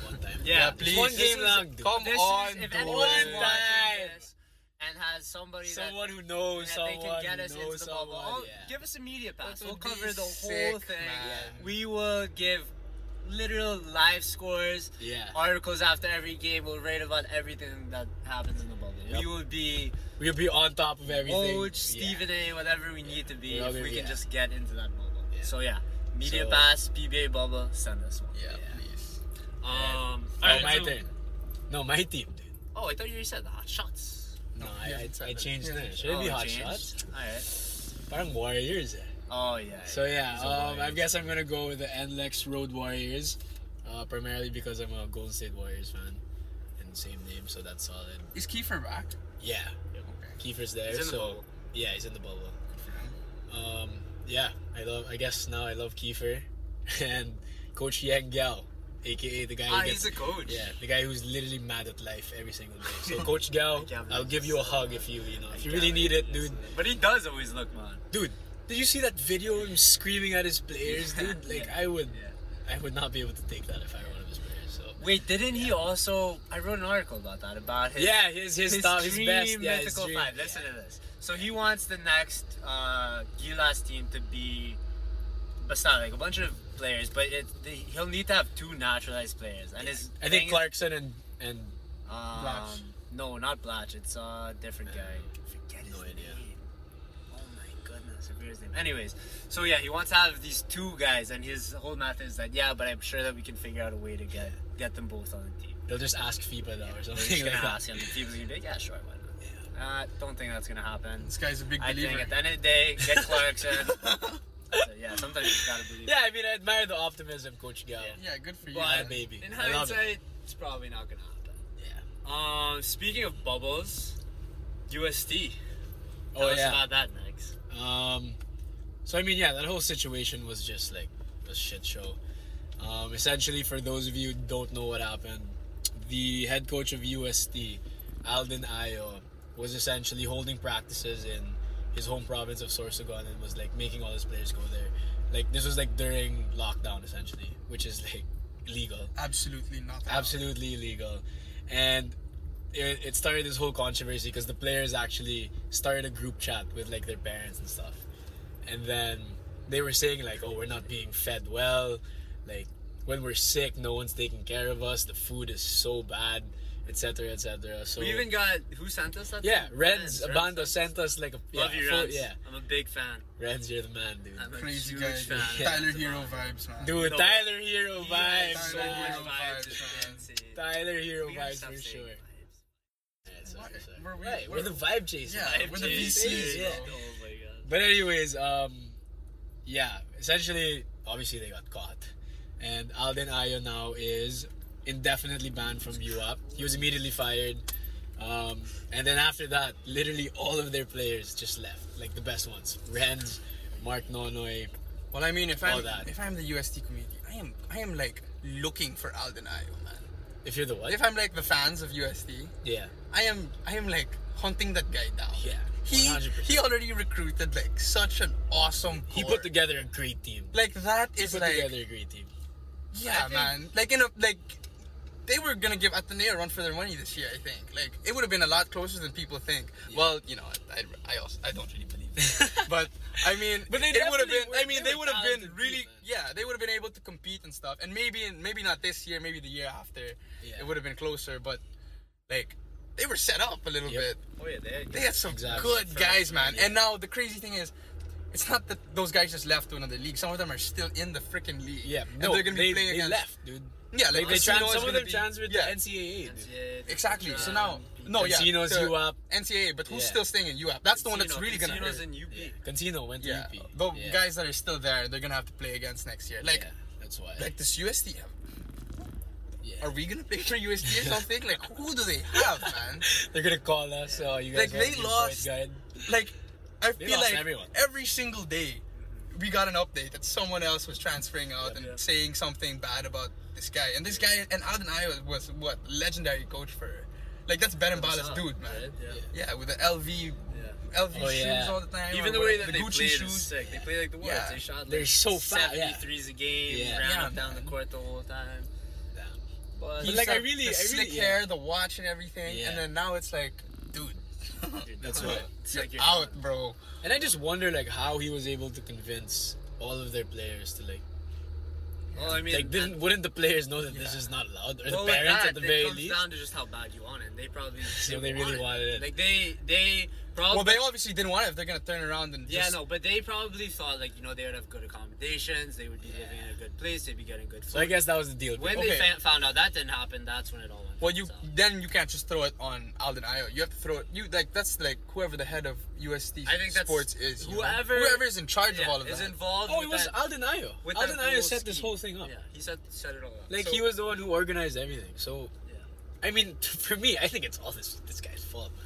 Speaker 2: one time.
Speaker 1: Yeah,
Speaker 2: Just one
Speaker 3: please.
Speaker 2: game
Speaker 1: is-
Speaker 2: long. dude.
Speaker 3: come
Speaker 1: This
Speaker 3: on
Speaker 1: is, if
Speaker 3: dude.
Speaker 1: anyone's
Speaker 2: One
Speaker 1: watching
Speaker 2: time.
Speaker 1: this and and has somebody
Speaker 2: someone who
Speaker 1: that,
Speaker 2: knows
Speaker 1: that they
Speaker 2: someone
Speaker 1: can get
Speaker 2: who
Speaker 1: us
Speaker 2: knows
Speaker 1: into the
Speaker 2: someone.
Speaker 1: bubble. Oh,
Speaker 2: yeah.
Speaker 1: Give us a media pass.
Speaker 3: That
Speaker 1: We'll
Speaker 3: would be
Speaker 1: cover the whole
Speaker 3: sick,
Speaker 1: thing.
Speaker 3: man.
Speaker 1: We will give literal live scores,
Speaker 2: yeah.
Speaker 1: articles after every game. We'll rate about everything that happens in the bubble.
Speaker 2: Yep.
Speaker 1: We will be
Speaker 2: We'll be on top of everything.
Speaker 1: Coach, Stephen A, whatever we need to be,
Speaker 2: We're all
Speaker 1: if
Speaker 2: gonna
Speaker 1: we
Speaker 2: be-
Speaker 1: can
Speaker 2: yeah.
Speaker 1: just get into that bubble.
Speaker 2: Yeah.
Speaker 1: So yeah, media
Speaker 2: So-
Speaker 1: pass, PBA bubble, send us one.
Speaker 3: Yeah,
Speaker 2: Yeah.
Speaker 3: please.
Speaker 1: Um,
Speaker 2: Yeah. Oh,
Speaker 1: alright,
Speaker 2: my
Speaker 1: so-
Speaker 2: turn. No, my team, dude.
Speaker 1: Oh, I thought you already said the hot shots.
Speaker 2: No,
Speaker 3: you
Speaker 2: I,
Speaker 3: haven't
Speaker 2: I,
Speaker 3: said
Speaker 2: I
Speaker 3: that.
Speaker 2: changed
Speaker 3: Yeah.
Speaker 2: it. Should it
Speaker 1: oh,
Speaker 2: be hot
Speaker 1: changed?
Speaker 2: shots?
Speaker 1: Alright.
Speaker 2: Parang warriors eh.
Speaker 1: Oh yeah.
Speaker 2: So yeah,
Speaker 1: So
Speaker 2: um, I
Speaker 1: Warriors.
Speaker 2: guess I'm gonna go with the NLEX Road Warriors, uh, primarily because I'm a Golden State Warriors fan, and same name, so that's solid.
Speaker 3: Is Kiefer back?
Speaker 2: Yeah,
Speaker 3: Okay.
Speaker 2: Kiefer's there,
Speaker 1: He's in the
Speaker 2: so
Speaker 1: bubble.
Speaker 2: yeah, he's in the bubble. Um, yeah, I love. I guess now I love Kiefer and Coach Yang Gao, aka the guy.
Speaker 1: ah,
Speaker 2: who gets,
Speaker 1: he's a coach.
Speaker 2: yeah, the guy who's literally mad at life every single day. So Coach Gao,
Speaker 1: can't
Speaker 2: I'll
Speaker 1: believe
Speaker 2: give
Speaker 1: this.
Speaker 2: you a hug if you you know if you really
Speaker 1: Yeah,
Speaker 2: need it,
Speaker 1: yes.
Speaker 2: dude.
Speaker 1: But he does always look man.
Speaker 2: Dude, did you see that video of him screaming at his players, dude? Like I would.
Speaker 1: Yeah.
Speaker 2: I would not be able to take that if I were one of his players. So
Speaker 1: Wait, didn't he also? I wrote an article about that about his
Speaker 2: yeah, his his,
Speaker 1: his
Speaker 2: top, his
Speaker 1: dream
Speaker 2: best, yeah, his
Speaker 1: mythical
Speaker 2: dream.
Speaker 1: five. Listen to this. So he wants the next uh, Gilas team to be, but not like a bunch of players, but it, the, he'll need to have two naturalized players. And his
Speaker 2: I
Speaker 1: thing
Speaker 2: think
Speaker 1: is-
Speaker 2: Clarkson and and
Speaker 1: Um,
Speaker 3: Blatch.
Speaker 1: No, not Blatch. It's a different guy.
Speaker 2: Uh,
Speaker 1: Forget his
Speaker 2: no idea.
Speaker 1: name. Oh my goodness, I forget his name. Anyways, so yeah, he wants to have these two guys, and his whole method is that yeah, but I'm sure that we can figure out a way to get get them both on the team.
Speaker 2: they'll just ask FIBA now Oh, or
Speaker 1: We're
Speaker 2: something.
Speaker 1: just gonna
Speaker 2: like that.
Speaker 1: ask him. The team's gonna be like, yeah, sure, why not?
Speaker 2: Yeah.
Speaker 1: Uh, don't think that's gonna happen.
Speaker 3: This guy's a big
Speaker 1: I
Speaker 3: believer.
Speaker 1: think at the end of the day, get Clarkson. So, yeah, sometimes you just gotta believe.
Speaker 2: Yeah, I mean, I admire the optimism, Coach Gal.
Speaker 1: Yeah.
Speaker 3: yeah, good for you.
Speaker 2: Yeah,
Speaker 3: man.
Speaker 2: baby.
Speaker 1: In
Speaker 2: I love it.
Speaker 1: hindsight, it's probably not gonna happen.
Speaker 2: Yeah.
Speaker 1: Um, speaking of bubbles, USD. Tell
Speaker 2: Oh
Speaker 1: us
Speaker 2: yeah.
Speaker 1: about that next.
Speaker 2: Um, so I mean, yeah, that whole situation was just like a shit show. Um, essentially, for those of you who don't know what happened, the head coach of USD, Alden Ayo, was essentially holding practices in his home province of Sorsogon and was like making all his players go there. Like this was like during lockdown, essentially, which is like illegal
Speaker 3: Absolutely not.
Speaker 2: absolutely illegal and it, it started this whole controversy because the players actually started a group chat with like their parents and stuff and then they were saying like oh we're not being fed well like when we're sick no one's taking care of us the food is so bad etc etc so
Speaker 1: We even got who sent us that?
Speaker 2: yeah
Speaker 1: thing?
Speaker 2: Reds
Speaker 1: Reds.
Speaker 2: Abando sent us like a yeah,
Speaker 1: Love you,
Speaker 2: a full-
Speaker 1: Reds.
Speaker 2: yeah
Speaker 1: I'm a big fan.
Speaker 2: Reds you're the man dude
Speaker 1: I'm a
Speaker 3: Crazy
Speaker 1: huge
Speaker 3: guy.
Speaker 1: fan. of
Speaker 2: Yeah.
Speaker 3: Tyler
Speaker 1: Reds
Speaker 3: Hero
Speaker 1: Abando.
Speaker 3: vibes, man.
Speaker 2: dude
Speaker 1: No.
Speaker 2: Tyler Hero
Speaker 1: He has
Speaker 2: vibes
Speaker 1: so
Speaker 3: Tyler
Speaker 1: much
Speaker 3: Hero
Speaker 1: vibes.
Speaker 3: vibes,
Speaker 1: it's
Speaker 3: man.
Speaker 1: insane.
Speaker 2: Tyler Hero
Speaker 1: We gotta
Speaker 2: vibes
Speaker 1: stop
Speaker 2: for
Speaker 1: saying
Speaker 2: sure
Speaker 1: vibes.
Speaker 2: Yeah, sorry,
Speaker 3: Why-
Speaker 2: sorry.
Speaker 3: were we-
Speaker 2: right, we're,
Speaker 3: were-
Speaker 2: the vibe chasers.
Speaker 3: Yeah,
Speaker 2: Vibe
Speaker 3: we're the
Speaker 2: chasers,
Speaker 3: VCs,
Speaker 2: yeah.
Speaker 3: bro.
Speaker 1: Oh my god.
Speaker 2: But anyways, um, yeah, essentially, obviously they got caught, and Alden Ayo now is indefinitely banned from UAP. He was immediately fired, um, and then after that, literally all of their players just left, like the best ones: Renz, Mark Nonoy.
Speaker 3: Well, I mean, if
Speaker 2: All
Speaker 3: I'm
Speaker 2: that.
Speaker 3: if I'm the USD community, I am I am like looking for Alden Ayo, man.
Speaker 2: If you're the what?
Speaker 3: If I'm like the fans of USD,
Speaker 2: yeah,
Speaker 3: I am I am like hunting that guy down.
Speaker 2: yeah,
Speaker 3: He
Speaker 2: 100%.
Speaker 3: he already recruited like such an awesome.
Speaker 2: He
Speaker 3: core.
Speaker 2: put together a great team.
Speaker 3: like that
Speaker 2: He
Speaker 3: is
Speaker 2: put
Speaker 3: like
Speaker 2: together a great team.
Speaker 1: I
Speaker 3: yeah,
Speaker 1: think-
Speaker 3: man. Like in a like they were gonna give Ateneo a run for their money this year. I think like it would have been a lot closer than people think. Well, you know, I I, also, I don't really believe that, but I mean,
Speaker 2: But they
Speaker 3: it would have
Speaker 2: definitely
Speaker 3: been. I
Speaker 2: were-
Speaker 3: mean,
Speaker 2: they
Speaker 3: they,
Speaker 2: were
Speaker 3: would have been
Speaker 2: talented
Speaker 3: really
Speaker 2: people, man.
Speaker 3: yeah. They would have been able to compete and stuff, and maybe maybe not this year, maybe the year after.
Speaker 2: Yeah.
Speaker 3: It would have been closer, but like they were set up a little
Speaker 2: Yep.
Speaker 3: bit.
Speaker 1: Oh yeah, they.
Speaker 3: They had some
Speaker 2: Exactly.
Speaker 3: good
Speaker 2: Fresh,
Speaker 3: guys, man.
Speaker 2: yeah.
Speaker 3: And now the crazy thing is, it's not that those guys just left to another league. Some of them are still in the freaking league.
Speaker 2: Yeah,
Speaker 3: and
Speaker 2: no,
Speaker 3: they're gonna
Speaker 2: they,
Speaker 3: be playing
Speaker 2: they
Speaker 3: against.
Speaker 2: left, dude.
Speaker 3: Yeah,
Speaker 2: Like
Speaker 3: like
Speaker 2: they
Speaker 3: Casino
Speaker 2: trans-
Speaker 3: is
Speaker 2: some of
Speaker 3: gonna
Speaker 2: them
Speaker 3: be-
Speaker 2: transferred
Speaker 3: yeah,
Speaker 2: to NCAA. Dude.
Speaker 1: NCAA,
Speaker 3: Exactly. So now,
Speaker 1: Trans-
Speaker 3: no, yeah,
Speaker 2: Casino's
Speaker 3: the
Speaker 2: UAP.
Speaker 3: NCAA, E but who's
Speaker 2: Yeah.
Speaker 3: still staying in UAP? That's the one that's
Speaker 1: Casino-
Speaker 3: really gonna
Speaker 1: Casino's
Speaker 3: hurt.
Speaker 1: in UP.
Speaker 2: Contino went to
Speaker 3: yeah,
Speaker 2: UP.
Speaker 3: the
Speaker 2: Yeah.
Speaker 3: guys that are still there, they're gonna have to play against next year. Like,
Speaker 2: yeah, that's why.
Speaker 3: like this USD.
Speaker 2: Yeah.
Speaker 3: Are we gonna play for USD or something? like, who do they have, man?
Speaker 2: They're gonna call us. Oh, you guys
Speaker 3: Like, they
Speaker 2: want to do
Speaker 3: lost-
Speaker 2: Point guard?
Speaker 3: Like, I
Speaker 2: They
Speaker 3: feel
Speaker 2: lost
Speaker 3: like
Speaker 2: everyone.
Speaker 3: every single day we got an update that someone else was transferring out
Speaker 2: Yep.
Speaker 3: and
Speaker 1: Yeah.
Speaker 3: saying something bad about this guy. And this guy, and Alden Ayo was what legendary coach for. Like that's Ben and Bala's dude, man.
Speaker 1: Yeah.
Speaker 2: Yeah.
Speaker 3: Yeah, with the LV,
Speaker 1: Yeah.
Speaker 3: LV
Speaker 2: Oh,
Speaker 3: shoes
Speaker 2: yeah.
Speaker 3: all the time.
Speaker 1: Even
Speaker 3: or
Speaker 1: the
Speaker 3: what-
Speaker 1: way that
Speaker 3: the
Speaker 1: they
Speaker 3: Gucci
Speaker 1: played
Speaker 3: shoes.
Speaker 1: is sick. They play like the Warriors.
Speaker 3: Yeah.
Speaker 1: They shot like
Speaker 2: They're so fat, yeah.
Speaker 1: 73s a game,
Speaker 2: Yeah.
Speaker 1: ran
Speaker 3: Yeah,
Speaker 1: up down the
Speaker 3: man.
Speaker 1: court the whole time.
Speaker 2: Yeah.
Speaker 1: But
Speaker 3: He's
Speaker 2: like, I
Speaker 3: got
Speaker 2: really-
Speaker 3: the
Speaker 2: I really-
Speaker 3: slick
Speaker 2: yeah.
Speaker 3: hair, the watch, and everything.
Speaker 2: Yeah.
Speaker 3: And then now it's like, dude,
Speaker 1: You're
Speaker 2: That's
Speaker 1: done.
Speaker 2: what.
Speaker 1: It's
Speaker 3: You're
Speaker 1: like you're
Speaker 3: out,
Speaker 1: done.
Speaker 3: bro.
Speaker 2: And I just wonder like how he was able to convince all of their players to like
Speaker 1: Well, I mean, that-
Speaker 2: like didn't wouldn't the players know that this
Speaker 1: Yeah.
Speaker 2: is not allowed or
Speaker 1: well,
Speaker 2: the
Speaker 1: with
Speaker 2: parents
Speaker 1: that,
Speaker 2: at the
Speaker 1: it
Speaker 2: very
Speaker 1: comes
Speaker 2: least?
Speaker 1: down to just how bad you want it. They probably
Speaker 2: So they
Speaker 1: didn't
Speaker 2: really
Speaker 1: want
Speaker 2: wanted it.
Speaker 1: Like they, they probably.
Speaker 3: Well, they obviously didn't want it if they're gonna turn around and
Speaker 1: yeah,
Speaker 3: just,
Speaker 1: no, but they probably thought like you know they would have good accommodations, they would be living in a good place, they'd be getting good food.
Speaker 2: So I guess that was the deal.
Speaker 1: when they
Speaker 3: okay.
Speaker 1: fa- found out that didn't happen, that's when it all went.
Speaker 3: Well, you
Speaker 1: south.
Speaker 3: then you can't just throw it on Alden Ayo. You have to throw it. You like that's like whoever the head of USD
Speaker 1: I think that's-
Speaker 3: Sports is. you know?
Speaker 1: whoever-
Speaker 3: whoever is in charge
Speaker 1: yeah,
Speaker 3: of all of
Speaker 1: is
Speaker 3: that.
Speaker 1: involved.
Speaker 2: oh,
Speaker 1: with
Speaker 2: it was
Speaker 1: that,
Speaker 2: Alden Ayo.
Speaker 1: with
Speaker 2: Alden
Speaker 1: that
Speaker 2: Ayo
Speaker 1: whole
Speaker 2: set this
Speaker 1: scheme.
Speaker 2: whole thing up.
Speaker 1: Yeah, he set set it all up.
Speaker 2: Like
Speaker 1: So-
Speaker 2: he was the one who organized everything. So
Speaker 1: Yeah.
Speaker 2: I mean, for me, I think it's all this this guy's fault. Man.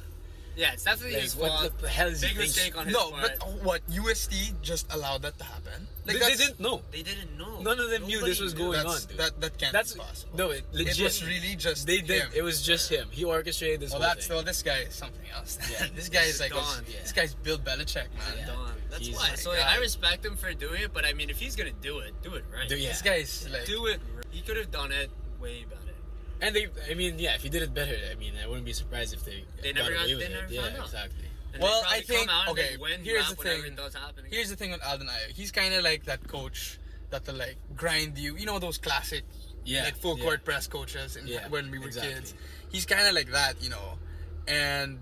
Speaker 1: Yeah, it's definitely
Speaker 2: Like,
Speaker 1: his
Speaker 2: what
Speaker 1: fault.
Speaker 2: the hell is he
Speaker 1: Big
Speaker 2: thinking?
Speaker 1: mistake on his
Speaker 3: no,
Speaker 1: part.
Speaker 3: but what USD just allowed that to happen? Like
Speaker 2: they, they
Speaker 3: that's-
Speaker 2: didn't know.
Speaker 1: they didn't know.
Speaker 2: None of them knew
Speaker 1: Nobody
Speaker 2: this was
Speaker 1: knew.
Speaker 2: going
Speaker 3: that's-
Speaker 2: on, dude.
Speaker 3: That that can't
Speaker 2: That's
Speaker 3: be possible.
Speaker 2: no, it, legit.
Speaker 3: It was really just
Speaker 2: they did.
Speaker 3: him.
Speaker 2: It was just him. He orchestrated this
Speaker 3: well,
Speaker 2: whole
Speaker 3: that's
Speaker 2: thing.
Speaker 3: well, this guy is something else.
Speaker 2: Yeah.
Speaker 3: this guy is
Speaker 1: He's
Speaker 3: like a-
Speaker 1: gone.
Speaker 3: this guy's Bill Belichick, man.
Speaker 2: Yeah.
Speaker 1: Done. That's
Speaker 2: He's-
Speaker 1: why.
Speaker 2: my
Speaker 1: So
Speaker 3: God.
Speaker 1: I respect him for doing it, but I mean, if he's gonna do it, do it right.
Speaker 2: Dude, yeah.
Speaker 3: This guy is like
Speaker 1: Do it. right. He could have done it way better.
Speaker 2: And they, I mean, yeah, if he did it better, I mean, I wouldn't be surprised if they
Speaker 1: They
Speaker 2: got
Speaker 1: never got-
Speaker 2: away with
Speaker 1: they
Speaker 2: it.
Speaker 1: never
Speaker 2: yeah,
Speaker 1: found out.
Speaker 2: exactly.
Speaker 1: And they
Speaker 3: Well,
Speaker 1: probably
Speaker 3: I think-
Speaker 1: come out and
Speaker 3: okay,
Speaker 1: they win
Speaker 3: here's
Speaker 1: rap
Speaker 3: the
Speaker 1: whenever
Speaker 3: thing.
Speaker 1: that's happening.
Speaker 3: Here's the thing with Alden Ayo. He's kind of like that coach that will like grind you. You know those classic
Speaker 2: Yeah,
Speaker 3: like full
Speaker 2: yeah.
Speaker 3: court press coaches in,
Speaker 2: Yeah,
Speaker 3: when we were
Speaker 2: exactly.
Speaker 3: kids. He's kind of like that, you know. And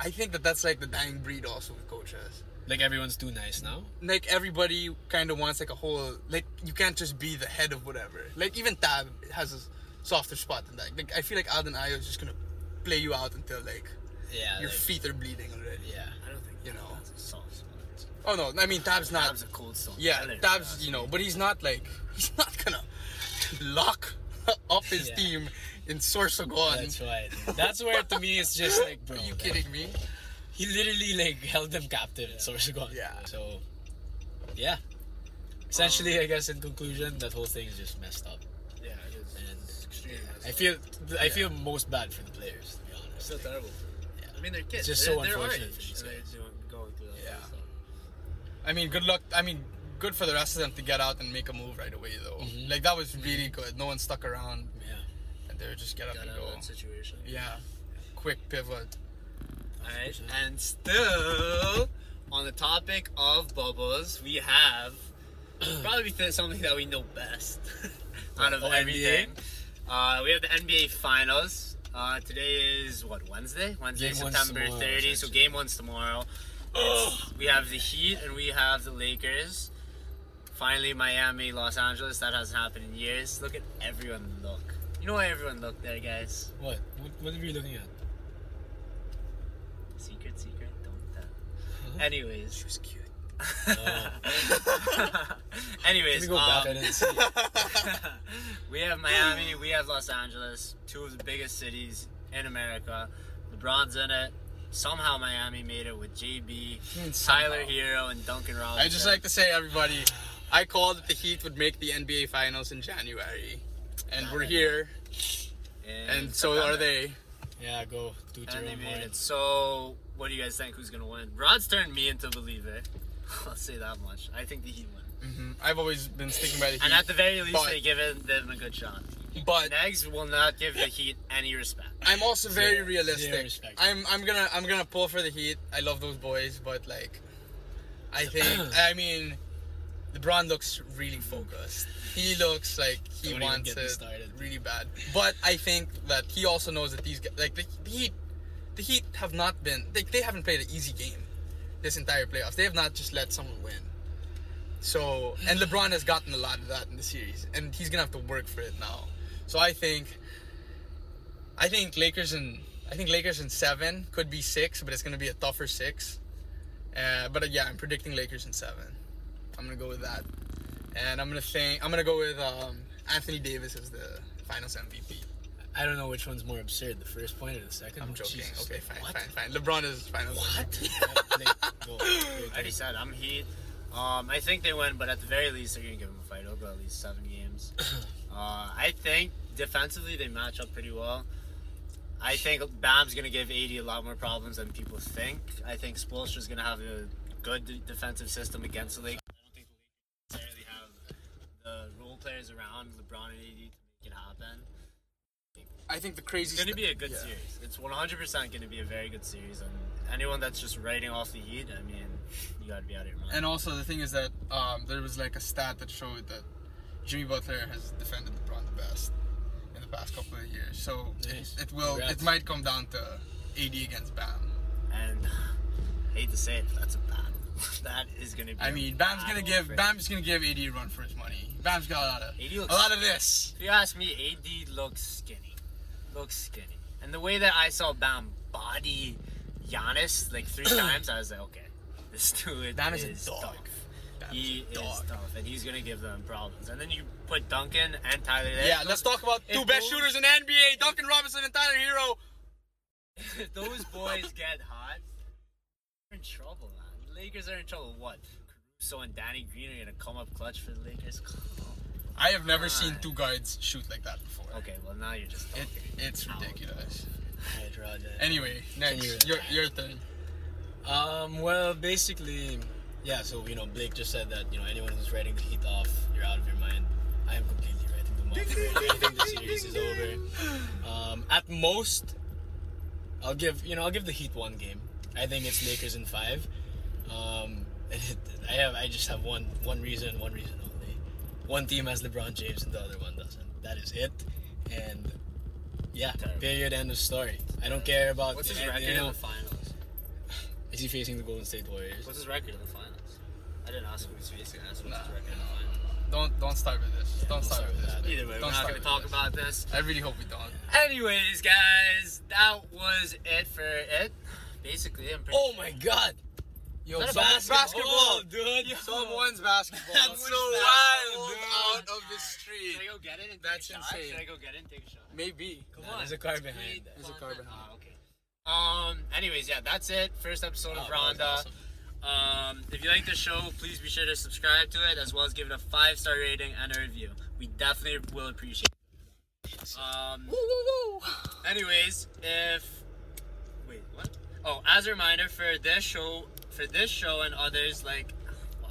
Speaker 3: I think that that's like the dying breed also with coaches.
Speaker 2: Like everyone's too nice now.
Speaker 3: Like everybody kind of wants like a whole like you can't just be the head of whatever. Like even Tab has a s- softer spot than that. Like I feel like Alden Ayo is just gonna play you out until like
Speaker 2: Yeah,
Speaker 3: your
Speaker 2: like,
Speaker 3: feet are bleeding already.
Speaker 2: Yeah,
Speaker 1: I don't think
Speaker 3: You know.
Speaker 1: That's a soft spot.
Speaker 3: Oh no, I mean Tab's not.
Speaker 1: Tab's a cold stone.
Speaker 3: Yeah,
Speaker 1: Tell it,
Speaker 3: Dabs,
Speaker 1: Tabs.
Speaker 3: you know, but he's not like he's not gonna lock up his
Speaker 2: Yeah.
Speaker 3: team in Sorsogon.
Speaker 2: that's right. That's where to me it's just like, bro,
Speaker 3: Are you
Speaker 2: like,
Speaker 3: kidding me?
Speaker 2: He literally like held them captive in Sorsogon.
Speaker 3: Yeah. Um,
Speaker 2: So, yeah. Essentially, I guess in conclusion, that whole thing is just messed up.
Speaker 1: Yeah, it is.
Speaker 2: And
Speaker 1: It's extreme.
Speaker 2: I feel, I feel most bad for the players, to be honest.
Speaker 1: so terrible.
Speaker 2: Yeah.
Speaker 1: I mean, they're kids.
Speaker 2: just
Speaker 1: they're,
Speaker 2: so
Speaker 1: they're our
Speaker 2: unfortunate for
Speaker 1: age,
Speaker 2: these
Speaker 1: and they're
Speaker 2: guys.
Speaker 1: doing, going through that.
Speaker 3: Yeah.
Speaker 1: stuff.
Speaker 3: I mean, good luck. I mean, good for the rest of them to get out and make a move right away, though.
Speaker 2: Mhm.
Speaker 3: Like that was really good. No one stuck around,
Speaker 2: Yeah.
Speaker 3: and they were just get up
Speaker 1: Got
Speaker 3: and
Speaker 1: out
Speaker 3: go.
Speaker 1: of that situation.
Speaker 3: Yeah, quick pivot.
Speaker 1: Alright, and still on the topic of bubbles, we have probably th- something that we know best out of
Speaker 2: Oh, NBA?
Speaker 1: everything. Uh, we have the NBA Finals. Uh, today is what Wednesday, Wednesday,
Speaker 2: Game one's
Speaker 1: September
Speaker 2: tomorrow,
Speaker 1: 30. So
Speaker 2: essentially.
Speaker 1: game one's tomorrow.
Speaker 3: Oh!
Speaker 1: we have the Heat and we have the Lakers. Finally, Miami, Los Angeles. That hasn't happened in years. Look at everyone look. You know why everyone look there, guys?
Speaker 2: What? What, what are you looking at?
Speaker 1: Secret, secret, don't tell. Anyways,
Speaker 3: was cute. Oh.
Speaker 2: Let me
Speaker 1: Anyways,
Speaker 2: go back. I
Speaker 1: um,
Speaker 2: didn't see.
Speaker 1: we have Miami, we have Los Angeles, two of the biggest cities in America. LeBron's in it. Somehow Miami made it with JB,
Speaker 3: mean
Speaker 1: Tyler
Speaker 3: somehow?
Speaker 1: Hero, and Duncan Robinson.
Speaker 3: I just like to say, everybody, I called that the Heat would make the NBA Finals in January, and we're here, and so are they.
Speaker 2: Yeah, go do it to
Speaker 1: And they
Speaker 2: your own
Speaker 1: made
Speaker 2: mind.
Speaker 1: it. So, what do you guys think? Who's gonna win? Rod's turned me into a believer. I'll say that much. I think the Heat win.
Speaker 3: hmm I've always been sticking by the Heat.
Speaker 1: And at the very least,
Speaker 3: But-
Speaker 1: they give it- them a good shot.
Speaker 3: but
Speaker 1: Negs will not give the Heat any respect.
Speaker 3: I'm also very
Speaker 2: Zero-
Speaker 3: realistic.
Speaker 2: zero respect.
Speaker 3: I'm I'm gonna I'm gonna pull for the Heat. I love those boys, but like, I think I mean, LeBron looks really focused. He looks like he
Speaker 2: Don't even
Speaker 3: wants
Speaker 2: get me
Speaker 3: it
Speaker 2: started.
Speaker 3: really bad. But I think that he also knows that these guys, like the, the Heat, the Heat have not been they they haven't played an easy game this entire playoffs. They have not just let someone win. So and LeBron has gotten a lot of that in the series, and he's gonna have to work for it now. So I think, I think Lakers and I think Lakers in seven could be six, but it's gonna be a tougher six. Uh, but uh, yeah, I'm predicting Lakers in seven. I'm gonna go with that, and I'm gonna think I'm gonna go with um, Anthony Davis as the Finals MVP.
Speaker 2: I don't know which one's more absurd, the first point or the second.
Speaker 3: I'm
Speaker 2: one.
Speaker 3: joking.
Speaker 2: Oh, Jesus.
Speaker 3: Okay, fine,
Speaker 2: What?
Speaker 3: fine, fine. LeBron is Finals. MVP.
Speaker 2: Yeah, like, go.
Speaker 1: I already said I'm Heat. Um, I think they win, but at the very least, they're gonna give them a fight. They'll go at least seven games. Uh, I think defensively they match up pretty well. I think Bam's gonna give AD a lot more problems than people think. I think Spoelstra's gonna have a good de- defensive system against the Lakers. I don't think the Lakers necessarily have the role players around LeBron and AD to make it happen.
Speaker 3: I I think the craziest.
Speaker 1: It's gonna be a good
Speaker 3: yeah.
Speaker 1: series. It's 100% gonna be a very good series, and anyone that's just writing off the heat, I mean, you gotta be out of your mind.
Speaker 3: And also the thing is that um, there was like a stat that showed that Jimmy Butler has defended LeBron the best in the past couple of years. So
Speaker 2: Nice.
Speaker 3: it, it will.
Speaker 2: Congrats.
Speaker 3: It might come down to AD against Bam.
Speaker 1: And, I hate to say it, but that's a battle. that is gonna be.
Speaker 3: I
Speaker 1: a
Speaker 3: mean, Bam's
Speaker 2: Ah,
Speaker 3: gonna
Speaker 1: battle
Speaker 3: give
Speaker 1: for-
Speaker 3: Bam's gonna give AD a run for his money. Bam's got a lot of
Speaker 1: AD looks-
Speaker 3: a lot of this.
Speaker 1: If you ask me, AD looks skinny. Looks skinny. And the way that I saw Bam body Giannis like three times, I was like, okay, this dude
Speaker 3: Bam is a
Speaker 1: is
Speaker 3: dog.
Speaker 1: tough.
Speaker 3: Bam's
Speaker 1: He
Speaker 3: a
Speaker 1: is
Speaker 3: dog.
Speaker 1: tough, and he's gonna give them problems. And then you put Duncan and Tyler there.
Speaker 3: Yeah, let's talk about two
Speaker 1: If
Speaker 3: best
Speaker 1: those-
Speaker 3: shooters in the NBA: Duncan Robinson and Tyler Hero.
Speaker 1: if those boys get hot, we're in trouble, man. The Lakers are in trouble. What? Caruso and Danny Green are gonna come up clutch for the Lakers. Come on.
Speaker 3: I have never seen
Speaker 1: Alright.
Speaker 3: two guards shoot like that before.
Speaker 1: Okay, well now you're just talking.
Speaker 3: It, it's ridiculous.
Speaker 2: Alright, Rod. uh,
Speaker 3: Anyway, next, your, your turn.
Speaker 2: Um, well, basically, yeah, so, you know, Blake just said that, you know, anyone who's writing the heat off, you're out of your mind. I am completely writing them off. I think the series is over. Um, at most, I'll give, you know, I'll give the Heat one game. I think it's Lakers in five. Um, and it, I have, I just have one, one reason, one reason only. One team has LeBron James and the other one doesn't. That is it. And, yeah,
Speaker 1: Terrible.
Speaker 2: period, end of story. I don't care about
Speaker 1: What's his
Speaker 2: you
Speaker 1: record in
Speaker 2: know,
Speaker 1: the finals?
Speaker 2: is he facing the Golden State Warriors?
Speaker 1: What's his record in the finals? I didn't ask who he's facing. I asked what's his
Speaker 3: Nah,
Speaker 1: record in the finals.
Speaker 3: Don't don't start with this. don't start, with this.
Speaker 2: that.
Speaker 1: Either way,
Speaker 3: Don't
Speaker 1: we're not
Speaker 3: start
Speaker 1: going to
Speaker 3: with
Speaker 1: talk
Speaker 3: this.
Speaker 1: about this.
Speaker 3: I really hope we don't.
Speaker 1: Anyways, guys, that was it for it. Basically, I'm pretty
Speaker 2: Oh my god! Yo,
Speaker 1: Is that a
Speaker 2: basketball,
Speaker 1: basketball?
Speaker 2: dude! Yo.
Speaker 3: Someone's basketball.
Speaker 2: That's
Speaker 3: so
Speaker 2: so
Speaker 3: wild,
Speaker 2: wild,
Speaker 3: out
Speaker 2: dude.
Speaker 3: of the street.
Speaker 1: Should I go get it and take
Speaker 3: That's
Speaker 1: a shot?
Speaker 3: insane.
Speaker 1: Should I go get it and take a shot?
Speaker 3: Maybe.
Speaker 1: Come
Speaker 2: Nah,
Speaker 1: on.
Speaker 2: there's a car
Speaker 1: It's
Speaker 2: behind
Speaker 1: great
Speaker 2: that.
Speaker 3: There's a car
Speaker 1: content.
Speaker 3: behind.
Speaker 1: Ah, okay. Um. Anyways, yeah, that's it. First episode of
Speaker 2: Oh, that was
Speaker 1: Rhonda.
Speaker 2: awesome.
Speaker 1: Um, if you like the show, please be sure to subscribe to it as well as give it a five star rating and a review. We definitely will appreciate it. Um, Anyways, if wait, what? Oh, as a reminder for this show, for this show and others, like, wow,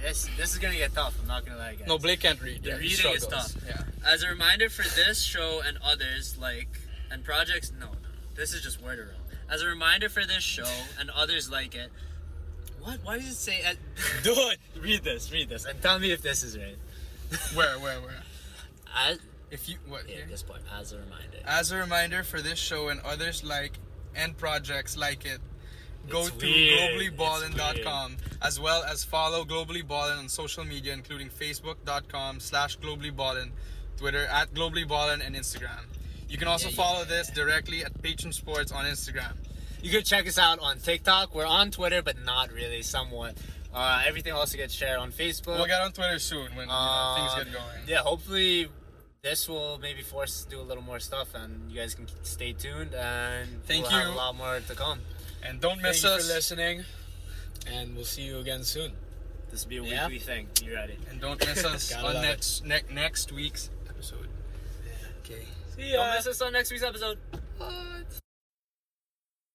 Speaker 1: this this is gonna get tough. I'm not gonna lie, guys.
Speaker 3: No, Blake can't read.
Speaker 1: The
Speaker 3: yeah, he
Speaker 1: reading is
Speaker 3: struggles.
Speaker 1: tough.
Speaker 3: Yeah.
Speaker 1: As a reminder for this show and others, like, and projects, no, no, no. This is just word around. As a reminder for this show and others like it, what? Why does it say? At,
Speaker 2: Do it!
Speaker 1: read this, read this, and tell me if this is right.
Speaker 3: Where, where, where?
Speaker 1: As,
Speaker 3: If you what
Speaker 1: yeah,
Speaker 3: here?
Speaker 1: this part, as a reminder.
Speaker 3: As a reminder for this show and others like and projects like it, go
Speaker 1: It's
Speaker 3: to
Speaker 1: weird.
Speaker 3: globallyballin.com as well as follow Globally Ballin on social media, including Facebook.com slash Globally Ballin, Twitter at Globally Ballin, and Instagram. You can also
Speaker 2: Yeah,
Speaker 3: follow
Speaker 2: yeah.
Speaker 3: this directly at Patron Sports on Instagram.
Speaker 1: You can check us out on TikTok. We're on Twitter, but not really, somewhat. Uh, everything also gets shared on Facebook.
Speaker 3: We'll get on Twitter soon when you know,
Speaker 1: Um,
Speaker 2: Uh,
Speaker 3: things get going.
Speaker 1: Yeah, hopefully this will maybe force us to do a little more stuff, and you guys can stay tuned. And
Speaker 3: Thank
Speaker 1: we'll have
Speaker 3: you.
Speaker 1: a lot more to come.
Speaker 3: And don't
Speaker 2: Thank
Speaker 3: miss
Speaker 2: you for
Speaker 3: us.
Speaker 2: listening, and we'll see you again soon.
Speaker 1: This will be a
Speaker 2: Yeah.
Speaker 1: weekly thing. You ready?
Speaker 3: And don't miss us
Speaker 2: Gotta
Speaker 3: on
Speaker 2: love it.
Speaker 3: next ne- next week's episode. Okay.
Speaker 2: See
Speaker 1: Don't miss us on next week's episode.